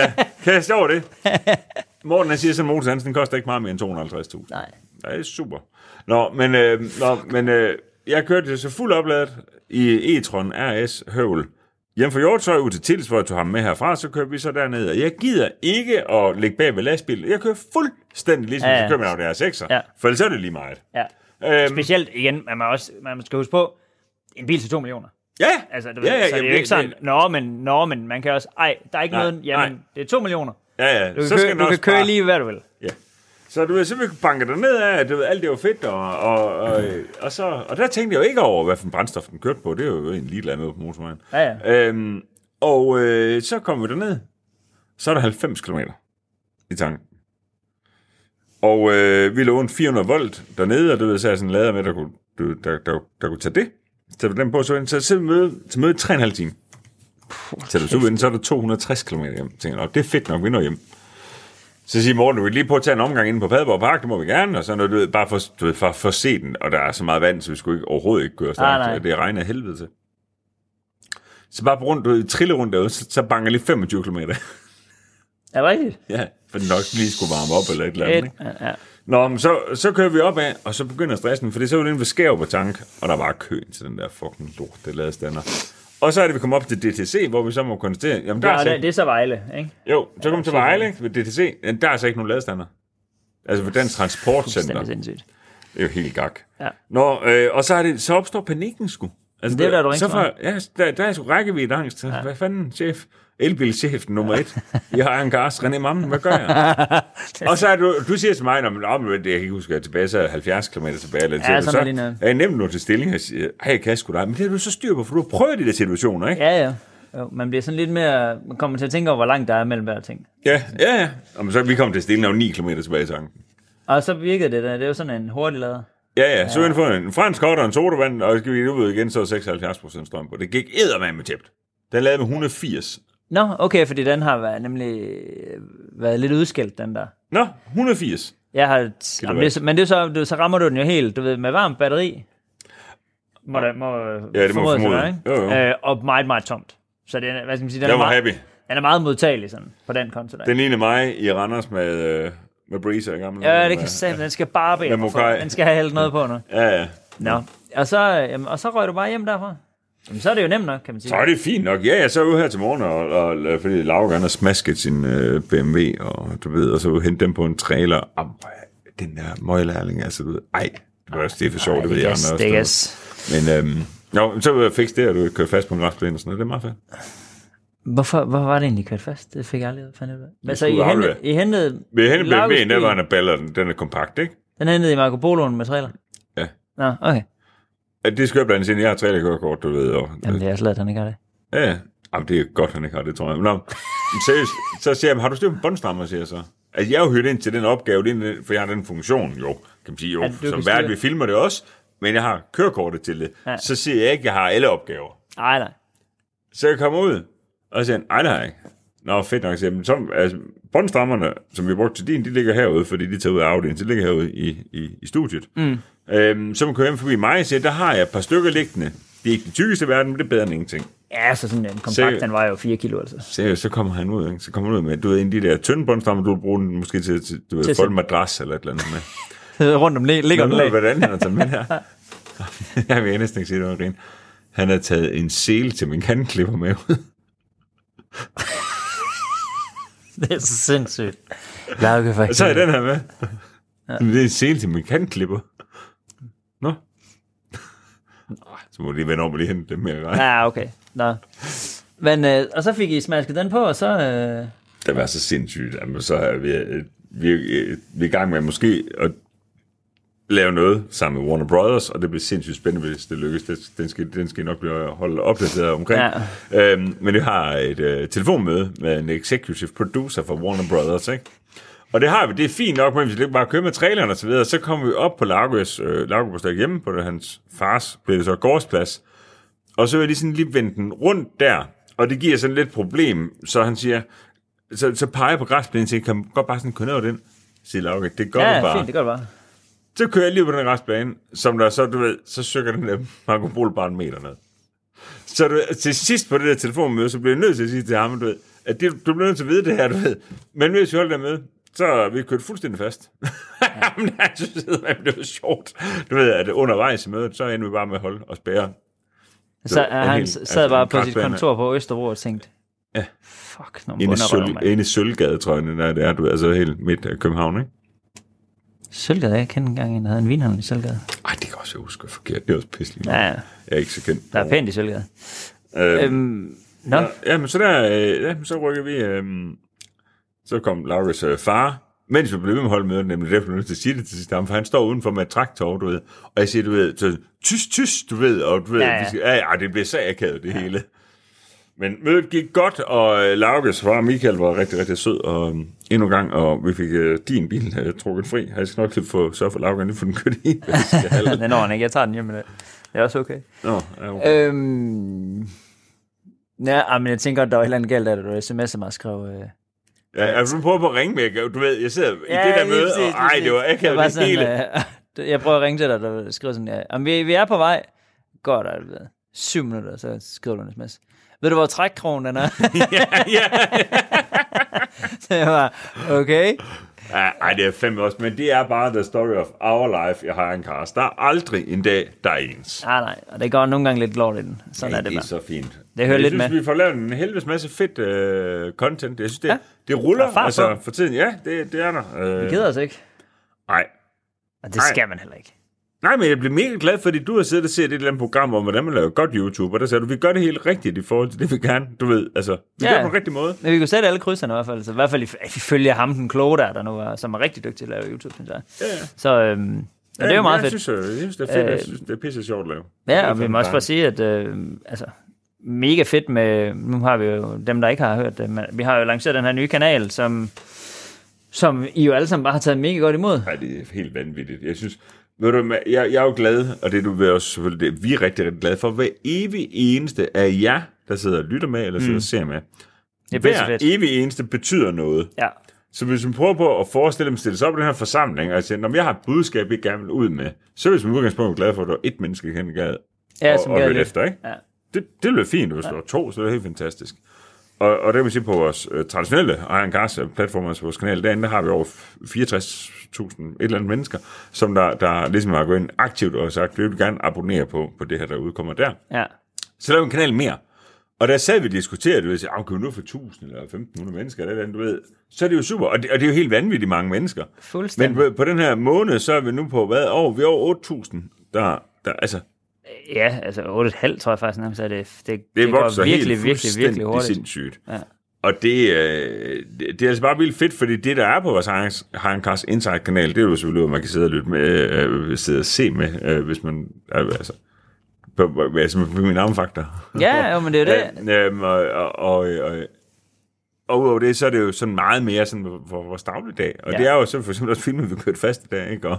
Speaker 1: Ja, kan jeg stå over det? Morten, han siger sådan, at motorsansen den koster ikke meget mere end 250.000.
Speaker 2: Nej.
Speaker 1: Det er super. Nå, men, øh, nå, men øh, jeg kørte det så fuld opladet i e-tron RS Høvl. Hjem fra Hjortøj ud til Tils, hvor jeg tog ham med herfra, så kører vi så derned. Og jeg gider ikke at ligge bag ved lastbilen. Jeg kører fuldstændig ligesom,
Speaker 2: Ja,
Speaker 1: ja,
Speaker 2: ja.
Speaker 1: ja. så kører man af deres 6'er.
Speaker 2: Ja.
Speaker 1: Ja. For ellers er det lige meget.
Speaker 2: Ja.
Speaker 1: Øhm,
Speaker 2: Specielt igen, man, må også, man skal huske på, en bil til 2 millioner.
Speaker 1: ja,
Speaker 2: Altså, du ved, ja, ja, så det er jo ikke sådan, nå, men, nå, men man kan også, ej, der er ikke
Speaker 1: Nej,
Speaker 2: noget, jamen,
Speaker 1: nej.
Speaker 2: det er 2 millioner.
Speaker 1: Ja, ja.
Speaker 2: Du kan,
Speaker 1: så
Speaker 2: kø-
Speaker 1: skal man
Speaker 2: du kan
Speaker 1: også
Speaker 2: køre
Speaker 1: bare-
Speaker 2: lige, hvad du vil.
Speaker 1: Ja. Så du ved, så vi banker dig ned af, at du ved, alt det var fedt, og, og, og, og, så, og der tænkte jeg jo ikke over, hvad for en brændstof den kørte på. Det er jo en ligeglad med på motorvejen.
Speaker 2: Ja,
Speaker 1: Øhm, og øh, så kom vi derned. Så er der 90 km i tanken. Og øh, vi lå en 400 volt dernede, og du ved, så er jeg sådan en lader med, der kunne, du, der, der, der kunne tage det. Så vi den på, så var jeg inde, så til møde, til møde 3,5 time. Så du så, så er der 260 km hjem. Jeg tænker, "Nå, det er fedt nok, vi når hjem. Så siger Morten, du vil lige på at tage en omgang inde på Padborg Park, det må vi gerne, og så når du ved, bare for, du ved, for, for at se den, og der er så meget vand, så vi skulle ikke, overhovedet ikke køre
Speaker 2: Nej, nej.
Speaker 1: stærkt, og det regner af helvede til. Så bare på rundt, du ved, trille rundt derude, så, så banker lige 25 km.
Speaker 2: Er det rigtigt?
Speaker 1: ja, for den nok lige skulle varme op eller et eller andet.
Speaker 2: Et,
Speaker 1: Ikke?
Speaker 2: ja, ja.
Speaker 1: Nå, men så, så kører vi op af, og så begynder stressen, for det så var den ved skæv på tank, og der var køen til den der fucking lort, det lavede stander. Og så er det, vi kommer op til DTC, hvor vi så må konstatere, jamen der er
Speaker 2: ja
Speaker 1: altså
Speaker 2: det, det er så Vejle, ikke?
Speaker 1: jo, så kom til Vejle ikke? ved DTC. Men Der er altså ikke nogen ladestander. Altså ved Dansk Transportcenter.
Speaker 2: Fuldstændig sindssygt.
Speaker 1: Det er jo helt gak.
Speaker 2: Ja.
Speaker 1: Nå, øh, og så, er det, så opstår panikken sgu. Altså,
Speaker 2: Det er der, du
Speaker 1: så
Speaker 2: ringer
Speaker 1: for, ja, der, der er sgu rækkevidde angst. Ja. Hvad fanden, chef? Elbilchef nummer et. Jeg har en gas, René Mammen, hvad gør jeg? og så er du, du siger til mig, når man, om, jeg kan ikke huske, at jeg er tilbage, så er jeg 70 km tilbage. Eller,
Speaker 2: Ja,
Speaker 1: så,
Speaker 2: sådan er det
Speaker 1: så
Speaker 2: noget.
Speaker 1: er jeg nemt nået til stilling og siger, hey, kan jeg sgu dig? Men det har du så styr på, for du har prøvet de der situationer, ikke?
Speaker 2: Ja, ja. Jo, man bliver sådan lidt mere, man kommer til at tænke over, hvor langt der er mellem hver ting.
Speaker 1: Ja, ja, ja. Og så er vi kom til stilling, der var 9 km tilbage i tanken.
Speaker 2: Og så virkede det, da. det er jo sådan en hurtig lader.
Speaker 1: Ja, ja, så ja. vi fået en fransk kort og en sodavand, og så skal vi ud igen, så er 76 procent strøm på. Det gik eddermand med tæbt. Den lavede med 180.
Speaker 2: Nå, okay, fordi den har været, nemlig øh, været lidt udskældt, den der.
Speaker 1: Nå, 180.
Speaker 2: Jeg har, t- jamen, det, er så- men det er så, du, så rammer du den jo helt, du ved, med varmt batteri. Må, der, må, øh, ja,
Speaker 1: det må formode.
Speaker 2: Jo,
Speaker 1: Jo,
Speaker 2: jo.
Speaker 1: jo.
Speaker 2: Øh, og meget, meget tomt. Så det er, hvad skal man sige, den,
Speaker 1: Jeg
Speaker 2: er
Speaker 1: var
Speaker 2: meget,
Speaker 1: happy.
Speaker 2: den er meget modtagelig sådan, på den konto der.
Speaker 1: Den 9. maj i Randers med, øh, med Breezer i gamle.
Speaker 2: ja, det
Speaker 1: dage.
Speaker 2: kan ja. den skal bare bede.
Speaker 1: Med
Speaker 2: om at få-
Speaker 1: Mokai.
Speaker 2: Den skal have hældt noget på nu.
Speaker 1: Ja, ja.
Speaker 2: Nå. Og så, øh, jamen, og så røg du bare hjem derfra. Jamen, så er det jo nemt nok, kan man sige.
Speaker 1: Så er det fint nok. Ja, jeg så ud her til morgen, og, og, og fordi Laura gerne har smasket sin øh, BMW, og du ved, og så hente dem på en trailer. Am, den der møglærling, altså du ved, ej, det var også det er for sjovt, det ved jeg
Speaker 2: yes,
Speaker 1: andre
Speaker 2: det er
Speaker 1: også.
Speaker 2: yes.
Speaker 1: Men øhm, jo, så vil jeg fikse det, at du kører fast på en græsplæne og sådan noget. Det er meget fedt.
Speaker 2: Hvorfor, hvor var det egentlig kørt fast? Det fik jeg aldrig fandt ud af. Men så I
Speaker 1: skulle
Speaker 2: hentede,
Speaker 1: aflevere.
Speaker 2: I hentede...
Speaker 1: Vi hente
Speaker 2: Lauges
Speaker 1: BMW'en, der
Speaker 2: bil.
Speaker 1: var en baller, den, den er kompakt, ikke?
Speaker 2: Den hentede I Marco Polo'en med trailer?
Speaker 1: Ja.
Speaker 2: Nå, okay.
Speaker 1: At det skal jeg blandes ind, jeg har tre kørekort, du ved. Og,
Speaker 2: Jamen, det er slet, at han ikke har det.
Speaker 1: ja, ja. Jamen, det er godt, han ikke har det, tror jeg. Men, nå, men seriøst, så siger jeg, har du styr på båndstrammer, siger jeg så. Altså, jeg er jo hyret ind til den opgave, det er den- for jeg har den funktion, jo, kan man sige, jo,
Speaker 2: At du kan
Speaker 1: som
Speaker 2: styre-
Speaker 1: vært, vi filmer det også, men jeg har kørekortet til det.
Speaker 2: Ja.
Speaker 1: Ja. Så siger jeg ikke, at jeg har alle opgaver.
Speaker 2: Nej, nej.
Speaker 1: Så jeg kommer ud, og siger han, ej, nej. Nå, fedt nok. Så, jamen, som, altså, båndstrammerne, som vi brugte til din, de ligger herude, fordi de tager ud af Audi'en, så de ligger herude i, i, i studiet. Mm. Øhm, så man kører hjem forbi mig og siger, der har jeg et par stykker liggende. Det er ikke det tykkeste i verden, men det er bedre end ingenting.
Speaker 2: Ja, så sådan en kompakt,
Speaker 1: Seriøst?
Speaker 2: den var jo 4 kilo, altså.
Speaker 1: Seriøst, så kommer han ud, ikke? så kommer han ud med, du ved, en af de der tynde båndstrammer, du vil bruge den måske til, til du ved,
Speaker 2: Til
Speaker 1: til
Speaker 2: sin-
Speaker 1: en madras eller et eller andet med.
Speaker 2: Rundt om læ- ligger
Speaker 1: Jeg
Speaker 2: om
Speaker 1: ved,
Speaker 2: lag.
Speaker 1: hvordan han har taget med her. jeg vil næsten ikke sige, det var grin. Han har taget en sele til min kantklipper med ud.
Speaker 2: Det er så sindssygt. Lauke for
Speaker 1: Og så er den her med. Ja. Det er en sele til min kantklipper. Nå. Så må du lige vende om og lige hente dem mere rej.
Speaker 2: Ja, okay. Nå. Men, øh, og så fik I smasket den på, og så... Øh,
Speaker 1: Det var så sindssygt. Jamen, så er vi, øh, vi, øh, vi er i gang med måske at lave noget sammen med Warner Brothers, og det bliver sindssygt spændende, hvis det lykkes. Det, den, skal, den skal I nok blive holdt opdateret omkring. Ja. Øhm, men vi har et øh, telefonmøde med en executive producer for Warner Brothers, ikke? Og det har vi, det er fint nok, men hvis vi bare kører med traileren og så videre, så kommer vi op på Largos, øh, Largo på stadig hjemme på det, hans fars, blev det så gårdsplads. Og så vil jeg lige sådan lige vende den rundt der, og det giver sådan lidt problem, så han siger, så, så peger jeg på græsplænen og siger, kan man godt bare sådan køre ned over den? Siger Lauke, det gør
Speaker 2: Ja,
Speaker 1: du bare.
Speaker 2: fint, det gør det bare.
Speaker 1: Så kører jeg lige på den græsbane, som der så, du ved, så søger den der Marco Polo bare en meter ned. Så du, ved, til sidst på det der telefonmøde, så bliver jeg nødt til at sige til ham, du ved, at det, du bliver nødt til at vide det her, du ved. Men hvis vi holder det med, så er vi kørt fuldstændig fast. Men jeg synes, at det var sjovt. Du ved, at undervejs i mødet, så ender vi bare med at holde og spære.
Speaker 2: Så
Speaker 1: Det var
Speaker 2: er han
Speaker 1: helt-
Speaker 2: sad
Speaker 1: altså,
Speaker 2: bare
Speaker 1: en
Speaker 2: på sit
Speaker 1: græsbane.
Speaker 2: kontor på Østerbro og tænkte, ja. fuck, nogle
Speaker 1: Inde i,
Speaker 2: bunderøv,
Speaker 1: Søl,
Speaker 2: mand.
Speaker 1: inde i Sølvgade, tror jeg, den er, det er, du ved, altså helt midt af København, ikke?
Speaker 2: Sølvgade, jeg kendte engang en, der havde en vinhandel i Sølvgade.
Speaker 1: Ej, det kan også jeg husker forkert. Det er også pisseligt.
Speaker 2: Ja, ja,
Speaker 1: Jeg er ikke så kendt.
Speaker 2: der er pænt i Sølvgade.
Speaker 1: Øh,
Speaker 2: Øhm, Nå,
Speaker 1: Ja, men så der, øh, ja, men så rykker vi, øh, så kom Lauras øh, far, mens vi blev ved med at holde mødet, nemlig derfor blev jeg nødt til at sige det til sidste ham, for han står udenfor med et traktor, du ved, og jeg siger, du ved, så, tys, tys, du ved, og du ved,
Speaker 2: Ja,
Speaker 1: ja,
Speaker 2: ja.
Speaker 1: ja. Skal, ja, ja, det bliver så akavet, det ja. hele. Men mødet gik godt, og øh, Lauras far Michael var rigtig, rigtig sød, og øh, endnu en gang, og vi fik øh, din bil øh, trukket fri. Jeg skal nok lige få sørge for Lauras, lige få den kørt i. hvis jeg skal have den.
Speaker 2: den når han ikke, jeg tager den hjem med det. Det er også okay.
Speaker 1: Nå, ja, okay.
Speaker 2: Øh. Øhm, ja, ej, men jeg tænker, at der var et eller andet galt, af det, at du sms'ede mig og skrev... Øh,
Speaker 1: Ja, altså, du prøver på at ringe, men jeg, kan- du ved, jeg sidder i det der møde, og ej, det var
Speaker 2: Jeg,
Speaker 1: akavet
Speaker 2: var
Speaker 1: det hele.
Speaker 2: sådan, øh, jeg prøver at ringe til dig, der skriver sådan, ja, jamen, vi, vi er på vej. Godt, er det syv minutter, så skriver du en sms. Ved du, hvor trækkrogen den er?
Speaker 1: ja, ja.
Speaker 2: så jeg var, okay.
Speaker 1: Ja, Ej, det er fandme også, men det er bare the story of our life i Hiring Cars. Der er aldrig en dag, der er ens.
Speaker 2: Ah, Nej, nej, og det går nogle gange lidt lort i den. Sådan
Speaker 1: Ej,
Speaker 2: er det
Speaker 1: det er
Speaker 2: bare.
Speaker 1: så fint.
Speaker 2: Det hører
Speaker 1: jeg
Speaker 2: lidt
Speaker 1: synes,
Speaker 2: med.
Speaker 1: vi får lavet en helvedes masse fedt øh, content. Jeg synes, det, ja. det
Speaker 2: Der er
Speaker 1: ruller
Speaker 2: fart
Speaker 1: altså,
Speaker 2: på.
Speaker 1: for tiden. Ja, det, det er der.
Speaker 2: Vi
Speaker 1: Øh,
Speaker 2: gider os ikke.
Speaker 1: nej.
Speaker 2: Og det
Speaker 1: Nej.
Speaker 2: skal man heller ikke.
Speaker 1: nej, men jeg blev mega glad, fordi du har siddet og set et eller andet program om, hvordan man laver godt YouTube, og der sagde du, vi gør det helt rigtigt i forhold til det, vi kan. Du ved, altså, vi
Speaker 2: Ja.
Speaker 1: ja. gør det på den rigtige måde.
Speaker 2: Men vi kunne sætte alle krydserne i hvert fald. Så i hvert fald if- ifølge ham, den kloge der, er der nu er, som er rigtig dygtig til at lave YouTube, synes jeg.
Speaker 1: Ja, ja.
Speaker 2: Så øhm, ja, det er jo meget
Speaker 1: jeg
Speaker 2: fedt.
Speaker 1: Synes, øh, jeg synes, det er fedt.
Speaker 2: Øh,
Speaker 1: jeg synes, det er pisse sjovt at lave.
Speaker 2: Ja, og vi må også bare sige, at øh, altså, mega fedt med, nu har vi jo dem, der ikke har hørt det, men vi har jo lanceret den her nye kanal, som, som I jo alle sammen bare har taget mega godt imod.
Speaker 1: Nej, det er helt vanvittigt. Jeg synes, ved du, hvad, jeg, jeg er jo glad, og det er du ved også selvfølgelig, det, vi er rigtig, rigtig glade for, hver evig eneste af jer, der sidder og lytter med, eller sidder mm. og ser med.
Speaker 2: Det er pisse
Speaker 1: Hver
Speaker 2: fedt.
Speaker 1: evig eneste betyder noget.
Speaker 2: Ja,
Speaker 1: Så hvis man prøver på at forestille dem, stille sig op i den her forsamling, og sige, når jeg har et budskab, jeg gerne vil ud med, så er vi som udgangspunkt glade for, at der var et menneske hen gad
Speaker 2: ja
Speaker 1: og,
Speaker 2: som
Speaker 1: og
Speaker 2: jeg
Speaker 1: lidt
Speaker 2: lidt.
Speaker 1: efter, ikke?
Speaker 2: Ja.
Speaker 1: Det, det ville være fint, hvis der var to, så det er helt fantastisk. Og, og det kan man sige på vores øh, traditionelle Iron Cars platform, altså vores kanal derinde, der har vi over 64.000 et eller andet mennesker, som der, der ligesom har gået ind aktivt og sagt, vi vil gerne abonnere på, på det her, der udkommer der.
Speaker 2: Ja.
Speaker 1: Så laver vi en kanal mere. Og der sad vi og diskuterede, du ved, så, ah, kan vi nå for 1000 eller 1500 mennesker, eller et eller andet, du ved, så er det jo super, og det, og det er jo helt vanvittigt mange mennesker. Men
Speaker 2: Fuldstændig.
Speaker 1: på, på den her måned, så er vi nu på, hvad, over, vi er over 8000, der, der, altså,
Speaker 2: Ja, altså 8,5 tror jeg faktisk nærmest, er det, det, det,
Speaker 1: det,
Speaker 2: det går
Speaker 1: vokser
Speaker 2: virkelig,
Speaker 1: helt
Speaker 2: virkelig, virkelig
Speaker 1: fuldstændig
Speaker 2: hurtigt.
Speaker 1: sindssygt.
Speaker 2: Ja.
Speaker 1: Ja. Og det, øh, det, det er altså bare vildt fedt, fordi det, der er på vores Heinekars Insight-kanal, det er jo selvfølgelig, at man kan sidde og, lytte med, øh, sidde og se med, øh, hvis man... Øh, altså, på, på, altså, på min armfaktor.
Speaker 2: Ja, jo, men det er jo det.
Speaker 1: Øh, øhm, og, og, og, og, og udover det, så er det jo sådan meget mere sådan for vores dagligdag. Og
Speaker 2: Ja.
Speaker 1: ja. det er jo så for eksempel også filmen, vi kørte fast i dag, ikke? Og,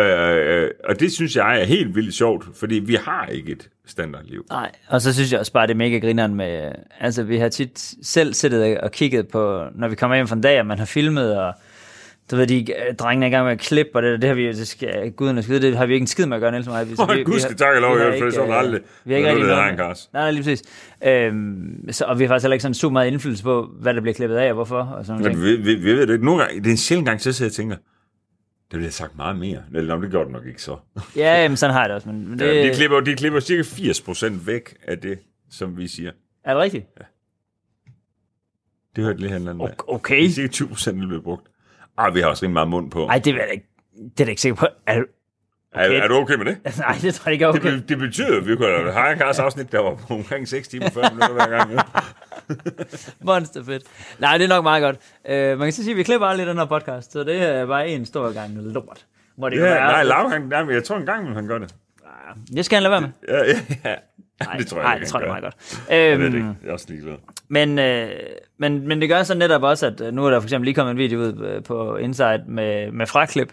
Speaker 1: øh, øh, og det synes jeg er helt vildt sjovt, fordi vi har ikke et standardliv.
Speaker 2: Nej, og så synes jeg også bare, det er mega grineren med, øh, altså vi har tit selv siddet og kigget på, når vi kommer hjem fra en dag, og man har filmet, og du ved, de øh, drengene er i gang med at klippe, og det, det har vi, det skal, guderne skyde, det har vi ikke en skid med at gøre, Niels og mig. Vi, så
Speaker 1: Åh,
Speaker 2: vi,
Speaker 1: gud skal
Speaker 2: har-
Speaker 1: takke og lov,
Speaker 2: vi har
Speaker 1: jeg- for
Speaker 2: ikke,
Speaker 1: så er det
Speaker 2: øh,
Speaker 1: aldrig-
Speaker 2: Vi har ikke
Speaker 1: noget,
Speaker 2: rigtig
Speaker 1: der hedder Iron
Speaker 2: noget. med-
Speaker 1: Cars.
Speaker 2: Nej, nej, lige præcis. Øhm, så, og vi har faktisk heller ikke sådan super meget indflydelse på, hvad der bliver klippet af, og hvorfor, og sådan
Speaker 1: Men
Speaker 2: noget.
Speaker 1: vi, vi, vi ved det ikke. Nogle gange, det er en sjældent gang, så sidder jeg og tænker, der bliver sagt meget mere. Eller om det gjorde det nok ikke så.
Speaker 2: Ja, jamen, sådan har jeg det også, men det,
Speaker 1: Det... De, klipper, de klipper cirka 80% væk af det, som vi siger.
Speaker 2: er det rigtigt?
Speaker 1: Det hørte lige her en eller anden dag.
Speaker 2: O- Okay.
Speaker 1: Cirka 20% der bliver brugt. Ej, vi har også rimelig meget mund på.
Speaker 2: Nej, det er jeg da ikke, det er da ikke sikker på. Er,
Speaker 1: er, er, du okay med det?
Speaker 2: nej, det tror jeg ikke er okay.
Speaker 1: Det, be- det betyder, at vi kunne have haft Cars afsnit, der var på omkring 6 timer 40 minutter hver gang. ja.
Speaker 2: Monsterfedt. Nej, det er nok meget godt. Øh, man kan så sige, at vi klipper aldrig den her podcast, så det er bare en stor gang lort. Må det jo
Speaker 1: Ja,
Speaker 2: være. Ah,
Speaker 1: nej, Lav, han, nej, men jeg tror engang, han gør det.
Speaker 2: Det skal han lade være med.
Speaker 1: Ja, ja, ja.
Speaker 2: Nej,
Speaker 1: Det tror jeg
Speaker 2: nej,
Speaker 1: ikke,
Speaker 2: det tror jeg
Speaker 1: han
Speaker 2: er meget godt.
Speaker 1: Jeg ved det
Speaker 2: Øhm,
Speaker 1: ikke. Jeg er også ligeglad.
Speaker 2: men, øh, men, men det gør så netop også, at øh, nu er der for eksempel lige kommet en video ud øh, på Insight med, med fraklip,